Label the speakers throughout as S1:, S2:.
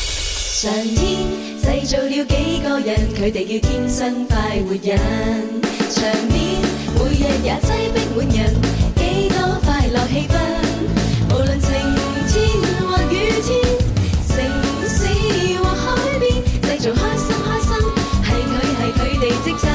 S1: 上天製造了幾個人，佢哋叫天生快活人。場面每日也擠逼滿人，幾多快樂氣氛。無論晴天或雨天，城市或海邊，製造開心開心，係佢係佢哋職責。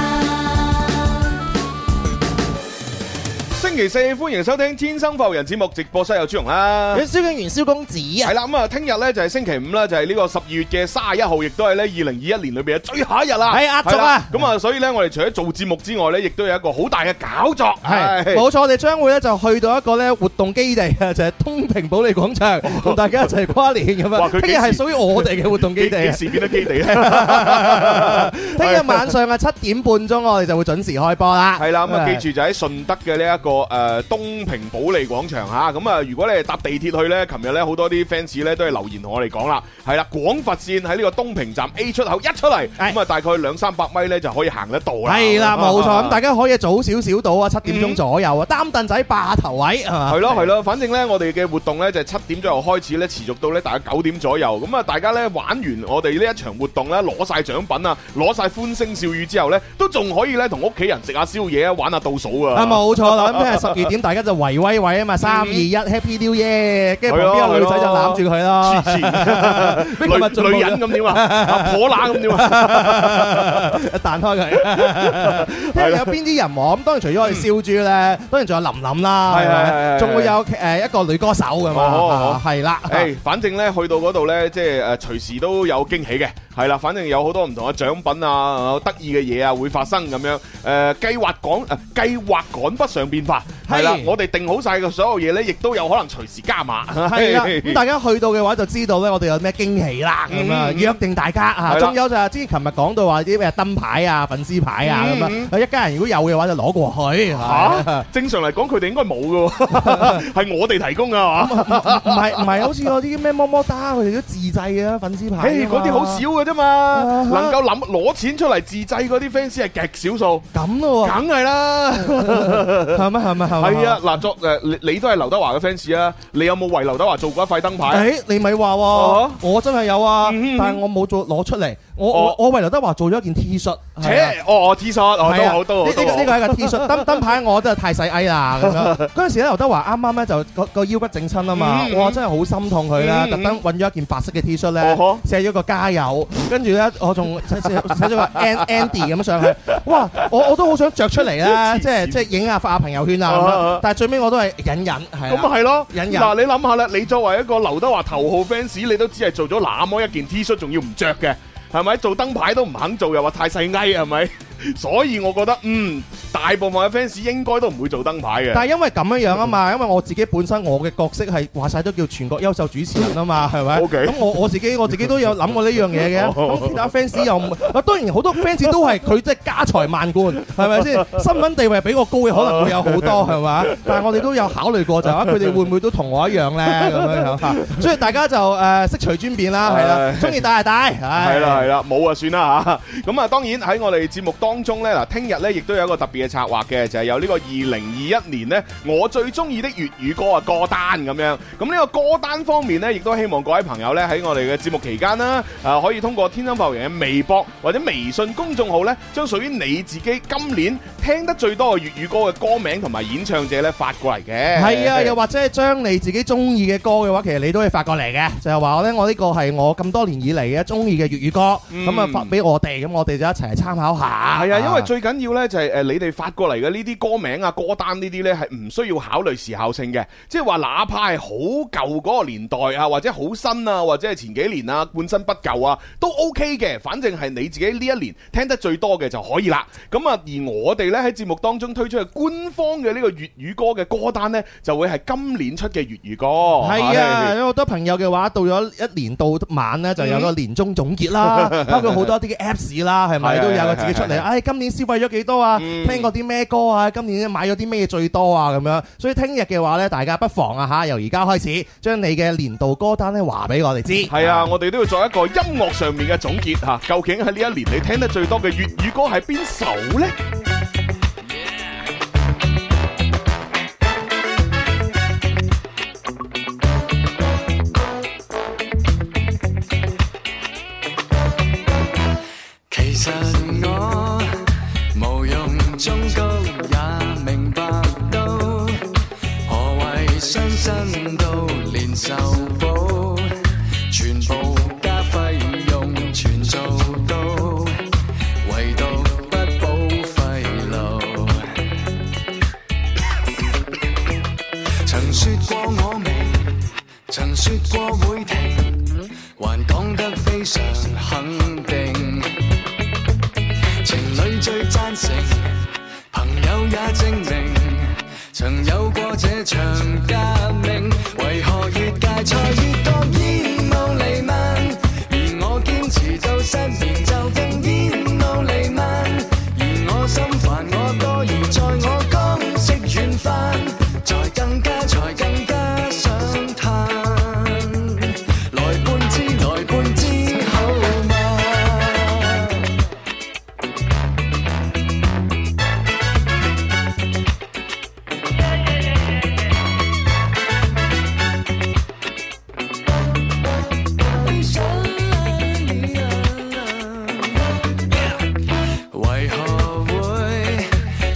S2: 星期四歡迎收聽《天生浮人》節目，直播室有朱容啦。
S3: 蕭敬元、蕭公子
S2: 系
S3: 啊，
S2: 啦，咁啊，聽日咧就係星期五啦，就係呢個十二月嘅三十一號，亦都係咧二零二一年裏边嘅最後一日啦。
S3: 係壓軸啊
S2: 係啦咁啊，所以咧，我哋除咗做節目之外咧，亦都有一個好大嘅搞作。
S3: 係
S2: 係
S3: 冇錯，我哋將會咧就去到一個咧活動基地啊，就係東平保利廣場，同大家一齊跨年咁
S2: 哇
S3: 啊！
S2: 佢幾
S3: 聽日係屬於我哋嘅活動基
S2: 幾
S3: 地
S2: 幾
S3: 啊！
S2: 時變得基地 咧？
S3: 聽日晚上啊七點半鐘，我哋就會準時開波啦。
S2: 係啦，咁啊，記住就喺順德嘅呢一個誒東平保利廣場嚇，咁啊，如果你係搭地鐵去咧，琴日咧好多啲 fans 咧都係留言同我哋講啦，係啦，廣佛線喺呢個東平站 A 出口一出嚟，
S3: 係
S2: 咁啊，大概兩三百米咧就可以行得到啦。啊
S3: 係啦，冇錯，咁大家可以早少少到啊，七點鐘左右啊，擔凳仔霸頭位係嘛？
S2: 係咯係咯，反正呢，我哋嘅活動呢就係七點左右開始呢，持續到呢大概九點左右。咁啊，大家呢玩完我哋呢一場活動呢，攞晒獎品啊，攞晒歡聲笑語之後呢，都仲可以呢同屋企人食下宵夜啊，玩下倒數啊。
S3: 啊，冇錯啦，咁聽日十二點大家就圍威喂啊嘛，三二一 Happy New Year，跟住旁邊有個女仔就攬住佢
S2: 黐
S3: 啦。今日進步
S2: 線女女人咁點啊？ 啊婆乸咁點啊？
S3: 彈開 佢，聽下有邊啲人喎？咁當然除咗我哋燒豬咧，當然仲有林琳啦，
S2: 係
S3: 係
S2: 係係
S3: 咪？仲會有誒一個女歌手㗎
S2: 哦哦
S3: 嘛，係啦。
S2: 誒，反正呢，去到嗰度呢，即係誒隨時都有驚喜嘅，係啦。反正有好多唔同嘅獎品啊，得意嘅嘢啊會發生咁樣。誒計劃趕誒計劃趕不上變化，係啦
S3: 係。
S2: 我哋定好晒嘅所有嘢呢，亦都有可能隨時加碼。
S3: 係啦，咁大家去到嘅話就知道咧，我哋有咩驚喜啦，咁啊
S2: 嗯
S3: 約定大家
S2: 係啦
S3: 啊，仲有就係之前琴日講到話啲咩燈牌啊、粉絲牌啊咁
S2: 嗯
S3: 啊，一家人如果有嘅話就攞過去
S2: 嚇， 正常嚟講佢哋應該冇嘅喎，係我哋提供啊嘛。
S3: 唔係唔係，好似嗰啲咩麼麼噠，佢哋都自製嘅粉絲牌
S2: 誒
S3: 㗎嘛。
S2: 嗰啲好少嘅啫嘛，
S3: 啊
S2: 能夠諗攞錢出嚟自製嗰啲 fans 係極少數，
S3: 咁咯喎，
S2: 梗係啦。
S3: 係咪係咪係咪？
S2: 係啊，嗱，作誒你你都係劉德華嘅 fans 啊，你有冇為劉德華做過一塊燈牌？
S3: 诶，你咪話
S2: 哦
S3: 喎，我真係有啊，
S2: 嗯
S3: 但係我冇做攞出嚟，我
S2: 哦
S3: 我我為劉德華做咗一件 T 恤，係啊
S2: 且哦哦 T 恤，哦
S3: 係
S2: 都
S3: 啊
S2: 好都好
S3: 呢呢
S2: 都
S3: 個
S2: 好
S3: 呢個係一個 T 恤，燈燈牌我真係太細矮啦咁 樣。嗰陣時咧，劉德華啱啱咧就個個腰骨整親啊嘛
S2: 嗯，嗯
S3: 我真係好心痛佢啦，
S2: 嗯嗯
S3: 特登揾咗一件白色嘅 T 恤
S2: 哦
S3: 咧
S2: 呵，
S3: 寫咗個加油，跟住咧我仲寫寫寫咗個 An- Andy 咁上去，哇！我我都好想着出嚟啦，
S2: 黐線
S3: 即係即係影下發下朋友圈啊
S2: 啊
S3: 咁
S2: 啊啊
S3: 樣，但係最尾我都係啊隱隱係
S2: 咁
S3: 啦。
S2: 啊咪係咯，
S3: 引人
S2: 嗱你諗下啦，你作為一個劉德華頭號 fans，你都只係做咗那麼一件 T 恤，仲要唔着嘅，係咪？做燈牌都唔肯做，又話太細埃，係咪？所以我覺得，嗯，大部分嘅 fans 應該都唔會做燈牌嘅。
S3: 但係因為咁樣樣啊 嘛，因為我自己本身我嘅角色係話晒都叫全國優秀主持人啊嘛，係咪？
S2: OK
S3: 咁我我自己我自己都有 諗過呢樣嘢嘅。
S2: 哦
S3: 咁其他 fans 又唔，啊當然好多 fans 都係佢即係家財萬貫，係咪先？ 身份地位比我高嘅可能會有好多係嘛？但係我哋都有考慮過 就係話啊佢哋會唔會都同我一樣咧咁樣樣嚇。所以大家就誒識隨轉變啦，係啦，
S2: 係
S3: 中意戴就戴，
S2: 係
S3: 係
S2: 啦係啦，冇啊算啦吓。咁啊，當然喺我哋節目當中呢，嗱，聽日呢亦都有一個特別嘅策劃嘅，就係、有呢個二零二一年呢，我最中意的粵語歌啊歌單咁樣。咁呢個歌單方面呢，亦都希望各位朋友呢喺我哋嘅節目期間啦，啊可以通過天生發人嘅微博或者微信公眾號呢，將屬於你自己今年聽得最多嘅粵語歌嘅歌名同埋演唱者呢發過嚟嘅。
S3: 係 啊，又或者係將你自己中意嘅歌嘅話，其實你都可以發過嚟嘅，就係話咧，我呢個係我咁多年以嚟嘅中意嘅粵語歌，
S2: 嗯
S3: 咁啊發俾我哋，咁我哋就一齊嚟參考下。
S2: 係啊，因為最緊要呢就係誒你哋發過嚟嘅呢啲歌名啊、歌單呢啲呢係唔需要考慮時效性嘅，即係話哪怕係好舊嗰個年代啊，或者好新啊，或者係前幾年啊、半新不舊啊，都 OK 嘅。反正係你自己呢一年聽得最多嘅就可以啦。咁啊，而我哋呢喺節目當中推出嘅官方嘅呢個粵語歌嘅歌單呢，就會係今年出嘅粵語歌。
S3: 係啊，
S2: 係。
S3: 有好多朋友嘅話，到咗一年到晚咧，就有
S2: 嗯
S3: 個年終總結 啦，包括好多啲嘅 Apps 啦，係
S2: 係
S3: 咪
S2: 係
S3: 都有個自己出
S2: 係係啊
S3: 嚟？唉，今年消費咗幾多啊？
S2: 嗯
S3: 聽過啲咩歌啊？今年買咗啲咩最多啊？咁樣，所以聽日嘅話咧，大家不妨啊嚇，由而家開始將你嘅年度歌單咧話俾我哋知。
S2: 係啊，我哋都要做一個音樂上面嘅總結吓，究竟喺呢一年你聽得最多嘅粵語歌係邊首呢？
S4: Hãy subscribe cho kênh Ghiền Mì Gõ Để không bỏ lỡ 全部加費用全做到，唯獨不保費流。曾說過我明，曾說過會停，還講得非常肯定。情侶最贊成，朋友也證明，曾有過這場革命。為何越大賽越多煙霧瀰漫，而我堅持到失眠就更煙霧瀰漫，而我心煩我多疑，在我剛食完飯，才更加才更加想嘆，來半支來半支好嗎？為何會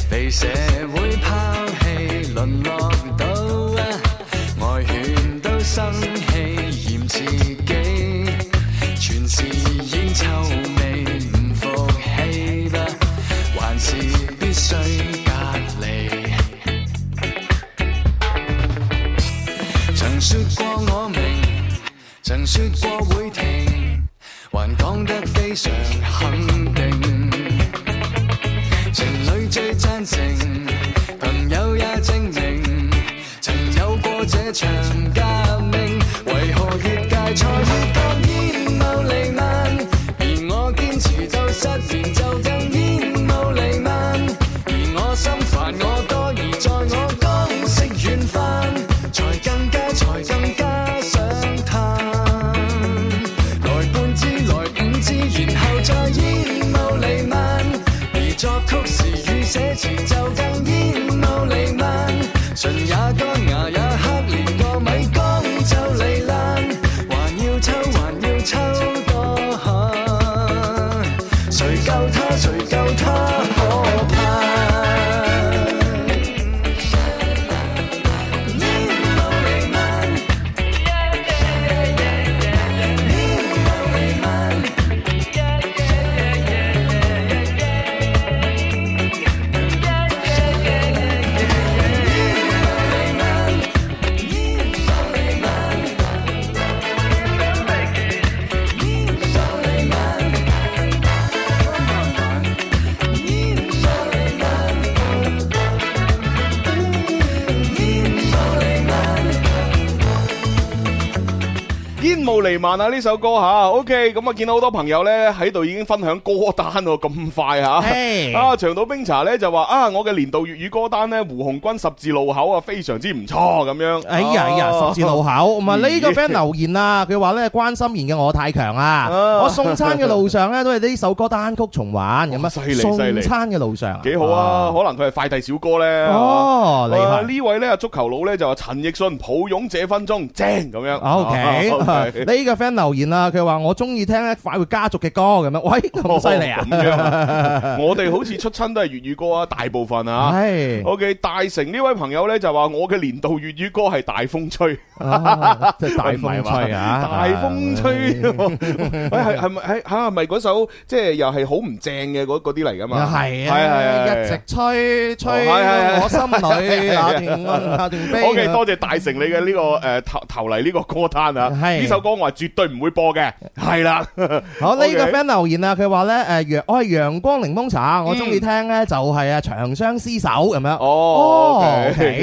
S4: 被社會拋棄，淪落到外圈都生氣，嫌自己全是煙臭味，唔服氣吧，還是必須隔離。曾說過我明。曾說過會停，還講得非常肯定。情侶最贊成，朋友也證明，曾有過這場革命。為何越界賽越多煙霧瀰漫，而我堅持到失眠就更煙霧瀰漫，而我心煩我多疑，在我剛食完飯，才更加才更加想嘆。來半支，來五支，然後再煙霧瀰漫。而作曲時與寫詞就更煙霧瀰漫，唇也乾，牙也黑，連個米缸就嚟爛，還要抽，還要抽多狠，誰救他，誰救他可怕？煙霧瀰漫。
S2: 煙霧瀰漫啊！呢首歌吓，OK，咁啊見到好多朋友咧喺度已經分享歌單喎，咁快吓。
S3: 係
S2: 啊，長島冰茶咧就話啊，我嘅年度粵語歌單咧，胡鴻鈞十字路口啊，非常之唔錯咁樣。
S3: 哎呀哎呀，
S2: 哦
S3: 十字路口咁啊！
S2: 嗯
S3: 呢個 friend 留言啊，佢話咧關心妍嘅我太強啦，
S2: 啊
S3: 我送餐嘅路上咧都係呢首歌單曲重環咁
S2: 哇
S3: 啊，
S2: 犀利犀利
S3: 送餐嘅路上
S2: 幾好
S3: Ờ.
S2: 啊！，可能佢係快遞小哥咧。
S3: 哦，厲
S2: 啊
S3: 害。
S2: 呢位咧足球佬咧就話陳奕迅抱擁這分鐘正咁樣。
S3: O K，
S2: 啊
S3: 呢
S2: Ờ, ，OK
S3: 個 friend 留言啦，佢話我中意聽咧快活家族嘅歌咁樣，喂 咁犀利啊！
S2: 哦咁樣啊！我哋好似出親都係粵語歌啊，大部 分啊。
S3: 係
S2: O K，大成呢位朋友咧就話我嘅年度粵語歌係《大風吹》，
S3: 啊真係大風
S2: 唔係嘛
S3: 吹 啊！
S2: 大風吹， 喂係係咪係嚇係咪嗰首即係又係好唔正嘅嗰嗰啲嚟噶嘛？
S3: 係
S2: 係
S3: 啊，
S2: 係係
S3: 一直吹吹
S2: 哦係係係
S3: 我心裏那段愛那段悲。
S2: O K，多謝大成你嘅 呢個誒投投嚟呢個歌單啊！
S3: 係
S2: 呢首歌我係絕對唔會播嘅，係 啦。
S3: 好呢
S2: OK 嗯
S3: 個 friend 留言啊，佢話咧誒陽，我係陽光檸檬茶，我中意聽咧就係啊長相厮守咁樣。，OK
S2: 哦，OK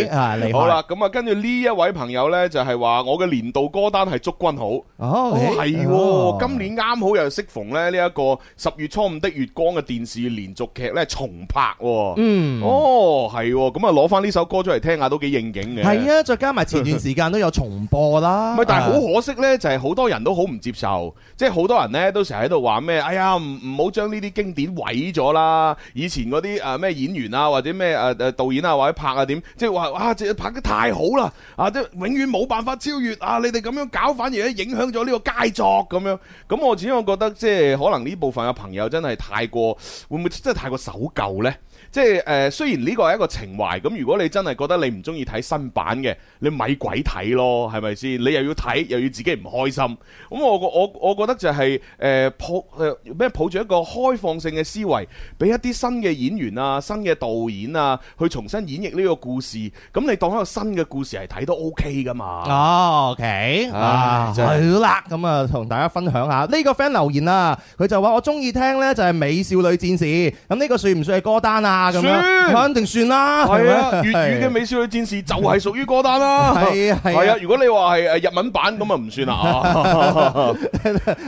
S3: 啊，厲害。
S2: 好啦，咁啊，跟住呢一位朋友呢，就係話我嘅年度歌單係祝君好，
S3: 哦，
S2: 哦
S3: ，OK，
S2: 係
S3: 哦
S2: 喎，今年啱好又適逢咧呢一個十月初五的月光嘅電視連續劇呢重拍喎，
S3: 嗯。
S2: 哦係喎，咁啊攞翻呢首歌出嚟聽下都幾應景嘅，
S3: 係啊，再加埋前段時間都有重播啦。
S2: 唔係，但係
S3: 啊
S2: 好可惜呢，就係好多人都好唔接受，即係好多人呢都成日喺度話咩？哎呀，唔唔好將呢啲經典毀咗啦！以前嗰啲誒咩演員啊，或者咩誒誒導演啊，或者拍啊點，即係話哇，即係拍得太好啦！啊，即係永遠冇辦法超越啊！你哋咁樣搞，反而咧影響咗呢個佳作咁樣。咁我始終覺得即係可能呢部分嘅朋友真係太過，會唔會真係太過守舊呢？即係誒，雖然呢個係一個情懷，咁如果你真係覺得你唔中意睇新版嘅，你咪鬼睇咯，係咪先？你又要睇，又要自己唔開心。咁我個我我覺得就係、誒抱誒咩抱住一個開放性嘅思維，俾一啲新嘅演員啊、新嘅導演啊，去重新演繹呢個故事。咁你當一個新嘅故事係睇都 OK 噶嘛？
S3: 哦，OK，啊，
S2: 真係
S3: 係啦，咁啊，同大家分享下呢個 friend 留言啊，佢就話我中意聽呢就係美少女戰士，咁呢個算唔算係歌單啊？咁樣
S2: 算
S3: 肯定算啦，
S2: 係啊，粵
S3: 係
S2: 語嘅美少女戰士就係屬於歌單啦。
S3: 係啊係啊
S2: 係啊，如果你話係誒日文版咁啊唔算啦啊。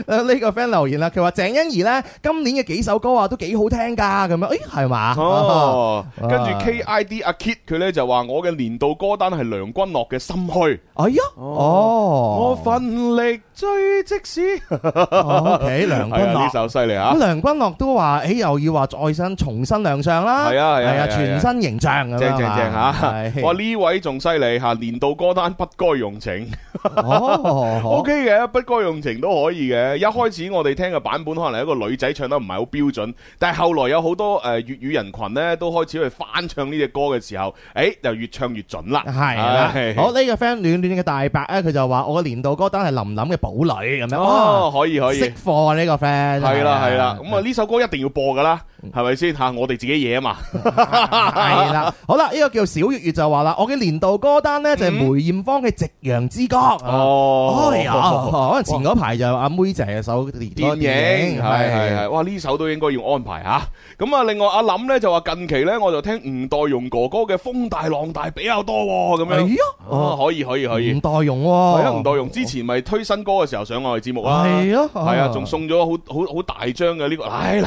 S3: 呢個 friend 留言啦，佢話鄭欣宜呢，今年嘅幾首歌啊都幾好聽㗎，咁樣，誒係嘛？
S2: 哦，跟住
S3: 啊
S2: KID 阿 Kit 佢咧就話我嘅年度歌單係梁君樂嘅《心虛》，
S3: 哎呀，
S2: 我
S3: 哦，
S2: 奮力追，即使
S3: O K，梁君
S2: 係啊呢
S3: 樂。
S2: 首犀利啊
S3: 咁！梁君樂都話：，誒又要話再新重新亮相啦，
S2: 係啊係啊
S3: 係
S2: 係
S3: 啊，
S2: 啊
S3: 全新形象咁樣
S2: 正正正
S3: 嘛
S2: 吓，
S3: 係
S2: 哇呢位仲犀利吓，年度歌單不該用情
S3: 哦
S2: ，OK 嘅，不該用情都可以嘅。一開始我哋聽嘅版本可能係一個女仔唱得唔係好標準，但係後來有好多誒粵語人群呢，都開始去翻唱呢只歌嘅時候，誒就越唱越準啦。
S3: 係啦
S2: 唉，
S3: 好呢個 friend 暖暖嘅大白咧，佢就話我嘅年度歌單係林林嘅寶女咁樣，
S2: 哦，可以
S3: 哇
S2: 可以
S3: 識。貨啊呢個 friend，
S2: 系啦系啦，咁啊呢首歌一定要播噶啦，
S3: 嗯
S2: 係咪先吓？我哋自己嘢啊嘛，
S3: 係啦，好啦，呢個叫小月月就話啦，我嘅年度歌單咧就係梅艷芳嘅《夕陽之歌》。
S2: 嗯哦
S3: 哎呀，可能前嗰排就阿妹姐嘅首電
S2: 電影係係係，
S3: 係
S2: 哇呢首都應該要安排吓。咁啊，另外阿林咧就話近期咧我就聽吳代容哥哥嘅《風大浪大》比較多喎咁
S3: 哎
S2: 樣。
S3: 呀，
S2: 哦，可以可以可以
S3: 吳。代容喎，
S2: 係啊，吳代容之前咪推新歌嘅時候上我哋節目啦，
S3: 係啊
S2: 係啊，仲送咗好好好大張嘅呢個，唉嗱，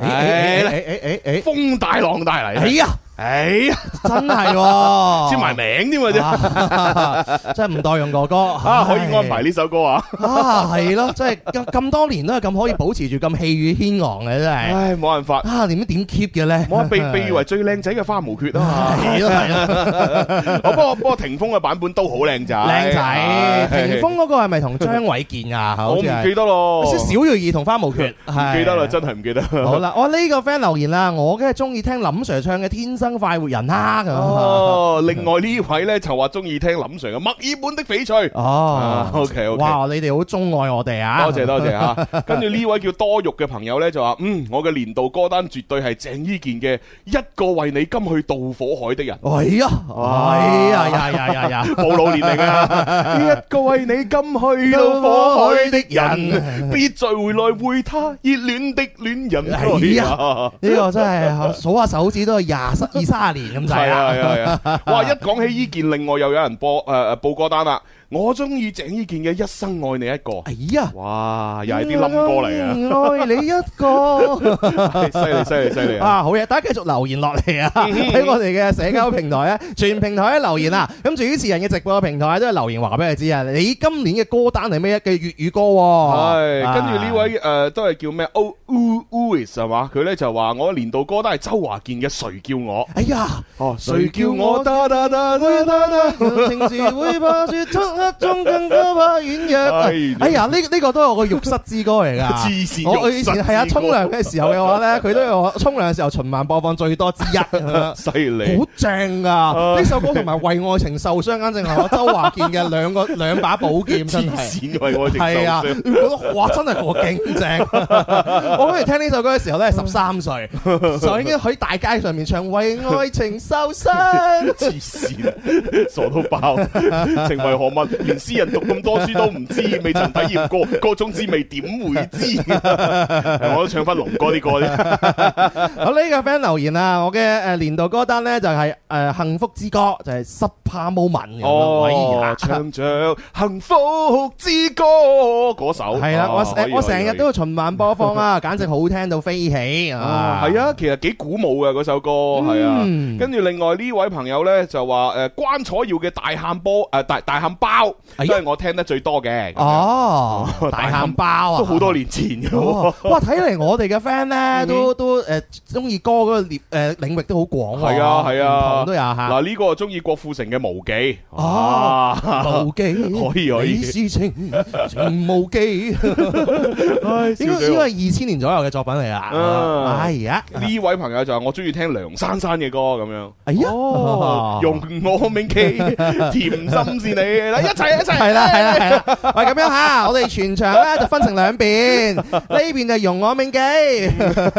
S2: 唉
S3: 哎
S2: 嗱，
S3: 哎哎哎
S2: 風大浪大
S3: 哎哎
S2: 嚟，
S3: 呀，
S2: 唉呀，
S3: 真係 喎，
S2: 簽埋名添啊啫，
S3: 啊 真係吳代容哥哥
S2: 啊可以安排呢首歌啊。
S3: 啊，係咯，真係咁咁多年都係咁可以保持住咁氣宇軒昂嘅，真係
S2: 唉，冇 辦法，
S3: 啊，點點 keep 嘅咧？
S2: 我被被譽為最靚仔嘅花無缺 啊嘛。
S3: 係咯係咯，
S2: 我不過不過霆鋒嘅版本都好靚仔，
S3: 靚仔，霆
S2: 係
S3: 鋒嗰個係咪同張衛健 啊？
S2: 我
S3: 好
S2: 唔
S3: 似係
S2: 記得咯，
S3: 小
S2: 唔
S3: 魚兒同花無缺，唔
S2: 記得啦，真 係唔記得。
S3: 好啦，我呢個 friend 留言啦，我梗係中意聽林 Sir 唱嘅《天生快活人》啦咁。
S2: 哦，另外呢位咧就話中意聽林 Sir 嘅《墨爾本的翡翠》。
S3: 哦
S2: 啊，OK OK，
S3: 哇！你哋好鍾愛我哋啊！
S2: 多謝多謝 吓。跟住呢位叫多肉嘅朋友咧就話：嗯，我嘅年度歌單絕對係鄭伊健嘅《一個為你甘去渡火海的人》。
S3: 哎呀，哎呀呀呀呀呀！
S2: 暴露年齡 啊！一個為你甘去到火海的人，必再回來會他熱戀的戀人。
S3: 哎呀呢個真係數下手指都係廿十二三十年咁
S2: 係
S3: 滯
S2: 啊
S3: 啊！
S2: 係 啊係啊！哇！一講起伊健，另外又有人播誒誒報歌單啦。我中意鄭伊健嘅《一生愛你一個》。
S3: 哎呀，
S2: 哇！又係啲冧歌嚟 啊！
S3: 啊！愛你一個。
S2: 犀利犀利犀利啊！嗯
S3: 啊，好嘢！大家繼續留言落嚟啊，喺我哋嘅社交平台咧，全平台都留言 啊。咁主持人嘅直播平台都係留言話俾佢知啊。你今年嘅歌單係咩嘅粵語歌喎？啊
S2: 係，跟住呢位誒都係叫咩？O U U is 係嘛？佢咧就話我年度歌單係周華健嘅《誰叫我》。
S3: 哎呀，
S2: 哦，誰叫我噠噠噠噠噠噠。
S3: 情時會怕説出黑中更加怕軟弱。哎呀，呢呢個都係我個浴室之歌嚟㗎。
S2: 黐線
S3: 我我以
S2: 浴室
S3: 前
S2: 之歌
S3: 係啊，沖涼嘅時候嘅話咧，佢都係我沖涼嘅時候循環播放最多之一咁樣。
S2: 犀利
S3: 好，正
S2: 啊
S3: 噶！呢首歌同埋為愛情受傷，簡直係我周華健嘅兩 個兩把寶劍，真
S2: 黐
S3: 係。
S2: 線為我情受
S3: 係啊，
S2: 傷
S3: 覺。得哇，真係我勁 正！我嗰時聽呢首歌嘅時候咧，十三歲就已經喺大街上面唱《為愛情受傷》。
S2: 黐線，傻 到爆！情為何物？連詩人讀咁多書都唔知，未曾體 驗過，嗰種滋味點會知？我都唱翻龍哥啲歌啫。
S3: 好呢個 friend 留言啊，我嘅誒年度歌單咧就係誒《幸福之歌》，就係《十帕 moment》咁樣。哎呀
S2: 哦，唱着幸福之歌嗰首。
S3: 係啦，
S2: 哦哎
S3: 我
S2: 可以
S3: 我成日
S2: 可以
S3: 都循環播放啊，簡直好聽到飛起啊！
S2: 啊，系啊，其實幾鼓舞嘅嗰首歌，係啊
S3: 嗯。
S2: 呃跟住另外呢位朋友呢，就話诶，关楚耀嘅大喊波诶大大喊包包，
S3: 哎
S2: 都
S3: 呀
S2: 係我聽得最多嘅。咁樣
S3: 哦，
S2: 哦
S3: 大喊包啊，
S2: 都好多年嗯前嘅喎。
S3: 哦。哇，睇嚟我哋嘅 friend 咧都都誒中意歌嗰個獵誒領域都好廣喎。
S2: 係啊係啊
S3: 唔同都有嚇。
S2: 嗱，呢個中意郭富城嘅無忌。
S3: 哦
S2: 啊
S3: 無忌，
S2: 可以可以
S3: 你事情情無 忌，應
S2: 笑
S3: 該
S2: 死我
S3: 應該係二千年左右嘅作品嚟
S2: 嗯
S3: 啦。哎呀，
S2: 呢位朋友就話我中意聽梁珊珊嘅歌咁樣。
S3: 哎呀，
S2: 哦 用我名記， 甜心是你，嗱一齊一齊，
S3: 系啦，系啦，系啦。喂，咁樣吓， 我哋全場咧就分成兩 邊，呢邊就容我銘記，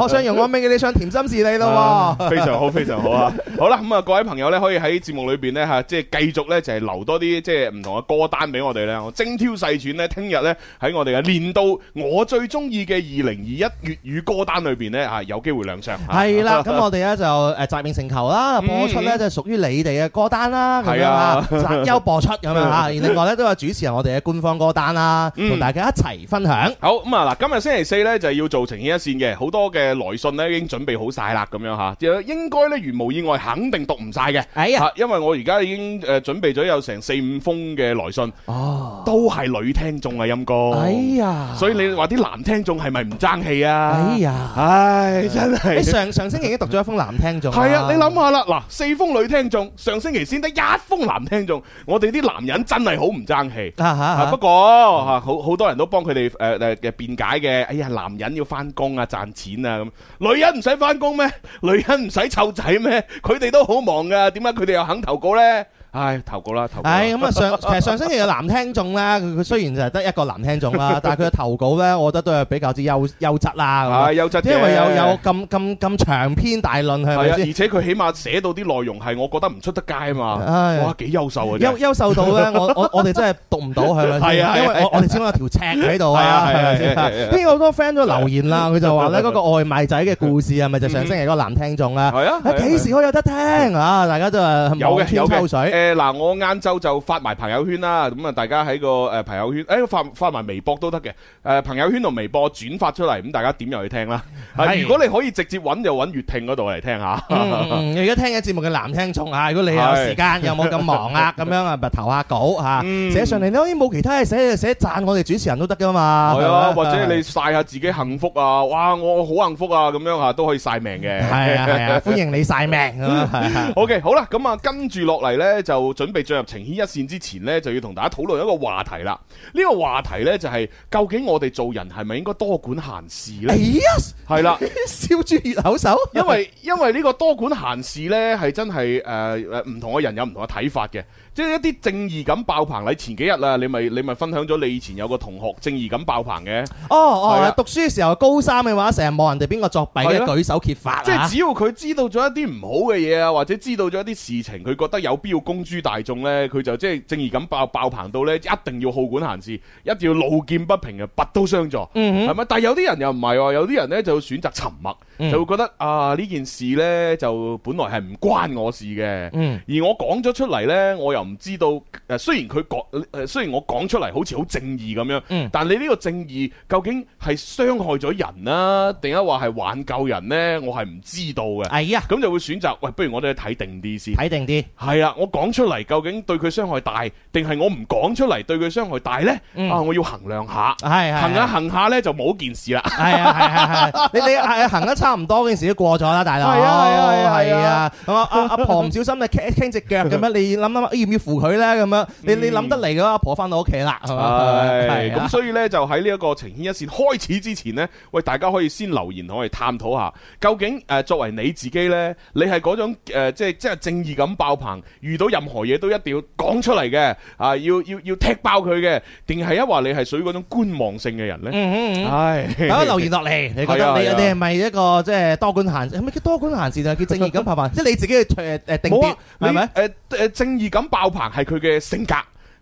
S3: 我想容我銘記，你想甜心是你咯喎。
S2: 非常好，非常好啊！ 好啦，咁啊，各位朋友咧，可以喺節目裏邊咧嚇，即係繼續咧就係留多啲即係唔同嘅歌單俾我哋咧，我精挑細選咧，聽日咧喺我哋嘅年度我最中意嘅二零二一粵語歌單裏邊咧嚇，有機會亮相。
S3: 係 啦，咁我哋咧就誒擲面成球啦，播出咧就屬於你哋嘅歌單啦，咁樣
S2: 嗯係啊
S3: 嚇，擇優播出咁樣啊嚇。 而另外咧都有主持人我哋嘅官方歌單啦，
S2: 嗯
S3: 同大家一齊分享。
S2: 好咁啊！嗱，今日星期四咧就要做呈現一線嘅，好多嘅來信咧已經準備好晒啦，咁樣嚇，應該咧如無意外肯定讀唔晒嘅。
S3: 哎呀，
S2: 啊，因為我而家已經誒準備咗有成四五封嘅來信，
S3: 哦，
S2: 都係女聽眾啊，陰哥。
S3: 哎呀，
S2: 所以你話啲男聽眾係咪唔爭氣啊？
S3: 哎，呀，
S2: 唉，真
S3: 你
S2: 係。
S3: 上上星期已經讀咗一封男聽眾啦，
S2: 係啊，你諗下啦，嗱，四封女聽眾，上星期先得一封男聽眾，我哋啲男人真係好唔爭氣。
S3: 啊嚇
S2: 啊
S3: 嚇
S2: 不。過嚇好好多人都幫佢哋誒誒嘅辯解嘅，哎呀，男人要翻工啊，賺錢啊咁，女人唔使翻工咩？女人唔使湊仔咩？佢哋都好忙噶，點解佢哋又肯投稿呢？唉，投稿啦，投稿啦。
S3: 唉，咁啊上其實上星期嘅男聽眾咧，佢佢雖然就係得一個男聽眾 啦，但係佢嘅投稿咧，我覺得都係比較之優優質啦。
S2: 啊，優質
S3: 咁樣
S2: 嘅
S3: 因為有有咁咁咁長篇大論係
S2: 係啊，
S3: 咪
S2: 而
S3: 先？
S2: 且佢起碼寫到啲內容係我覺得唔出得街啊嘛，
S3: 唉
S2: 哇，幾優秀啊！真
S3: 優
S2: 係
S3: 優秀到 咧，我我我哋真係讀唔到係咪
S2: 係
S3: 先？
S2: 啊係啊
S3: 因為
S2: 係啊
S3: 我我哋始終有條尺喺度
S2: 係啊
S3: 啊，
S2: 係
S3: 係
S2: 啊
S3: 咪先
S2: 係啊係啊？
S3: 呢個好多 friend 都留言啦，佢就話咧嗰個外賣仔嘅故事係咪就上星期嗰個男聽眾啦？
S2: 係啊係啊
S3: 啊幾時可以有得聽啊？大家都係
S2: 有
S3: 望
S2: 嘅有
S3: 穿秋
S2: 嘅，
S3: 水。
S2: 誒嗱，我晏晝就發埋朋友圈啦，咁啊大家喺個誒朋友圈，誒發發埋微博都得嘅，誒朋友圈同微博轉發出嚟，咁大家點入去聽啦。啊
S3: 係
S2: 如果你可以直接揾就揾粵聽嗰度嚟聽下。
S3: 嗯嗯，你而家聽緊節目嘅男聽眾啊，如果你有時間，有冇咁忙啊？咁樣啊，咪投下稿嚇，
S2: 嗯
S3: 寫上嚟你可以冇其他嘢寫，寫讚我哋主持人都得噶嘛。
S2: 係
S3: 係
S2: 啊，
S3: 咪
S2: 或者你晒下自己幸福啊，哇，我好幸福啊，咁樣嚇都可以晒命嘅。
S3: 係啊係啊，歡迎你晒命 咁啊！係係
S2: O、k 好啦，咁啊，跟住落嚟呢，就準備進入情牽一線之前呢，就要同大家討論一個話題啦。呢、個話題呢，就係、究竟我哋做人係咪應該多管閒事呢
S3: 哎？呀，
S2: 係啦、
S3: 笑豬熱口手，
S2: 因為 因為呢個多管閒事呢，係真係誒誒唔同嘅人有唔同嘅睇法嘅，即係一啲正義感爆棚。你前幾日啊啦，你咪你咪分享咗你以前有個同學正義感爆棚嘅，
S3: 哦
S2: 係啊
S3: 哦，讀書嘅時候高三嘅話，成日望人哋邊個作弊
S2: 係
S3: 嘅
S2: 啊
S3: 舉手揭發
S2: 即
S3: 啊
S2: 係只要佢知道咗一啲唔好嘅嘢啊，或者知道咗一啲事情，佢覺得有必要公諸大眾呢，佢就即係正義感爆爆棚到呢，一定要好管閒事，一定要路見不平嘅拔刀相助，係咪、但係有啲人又唔係喎，有啲人呢就選擇沉默，就會覺得啊呢件事呢，就本來係唔關我事嘅，
S3: 嗯
S2: 而我講咗出嚟呢，我又唔知道誒，雖然佢講誒，雖然我講出嚟好似好正義咁樣，
S3: 嗯
S2: 但你呢個正義究竟係傷害咗人啦、定係話係挽救人呢？我係唔知道嘅。
S3: 哎呀，
S2: 咁就會選擇，喂，不如我哋睇定啲先。
S3: 睇定啲，
S2: 係啊，我講出嚟究竟對佢傷害大，定係我唔講出嚟對佢傷害大呢？
S3: 嗯
S2: 啊，我要衡量下，
S3: 係係
S2: 行下
S3: 係
S2: 行下呢，就冇件事啦。
S3: 係啊係係係，你你係行得差唔多嗰件事都過咗啦，大佬。
S2: 係啊係啊係啊
S3: 係啊。咁啊阿阿婆唔小心你 傾傾只腳咁樣，你諗諗要唔要扶佢咧？咁樣你你諗得嚟嘅話，阿婆翻到屋企啦，係嘛？
S2: 唉，
S3: 係
S2: 咁
S3: 啊
S2: 所以呢，就喺呢一個情牽一線開始之前呢，喂，大家可以先留言同我哋探討下，究竟誒、呃作為你自己呢，你係嗰種、呃、即係即係正義感爆棚，遇到任何嘢都一定要講出嚟嘅，啊，要要要踢爆佢嘅，定係一話你係屬於嗰種觀望性嘅人呢？
S3: 嗯嗯嗯。
S2: 唉，
S3: 大家留言落嚟，你覺
S2: 係啊
S3: 得你
S2: 係啊
S3: 你係咪一個即係多管閒事？係咪叫多管閒事就係叫正義感拍 拍？即係你自己去誒誒定
S2: 冇啊
S3: 奪，
S2: 你
S3: 係咪？
S2: 誒誒正義感爆棚係佢嘅性格。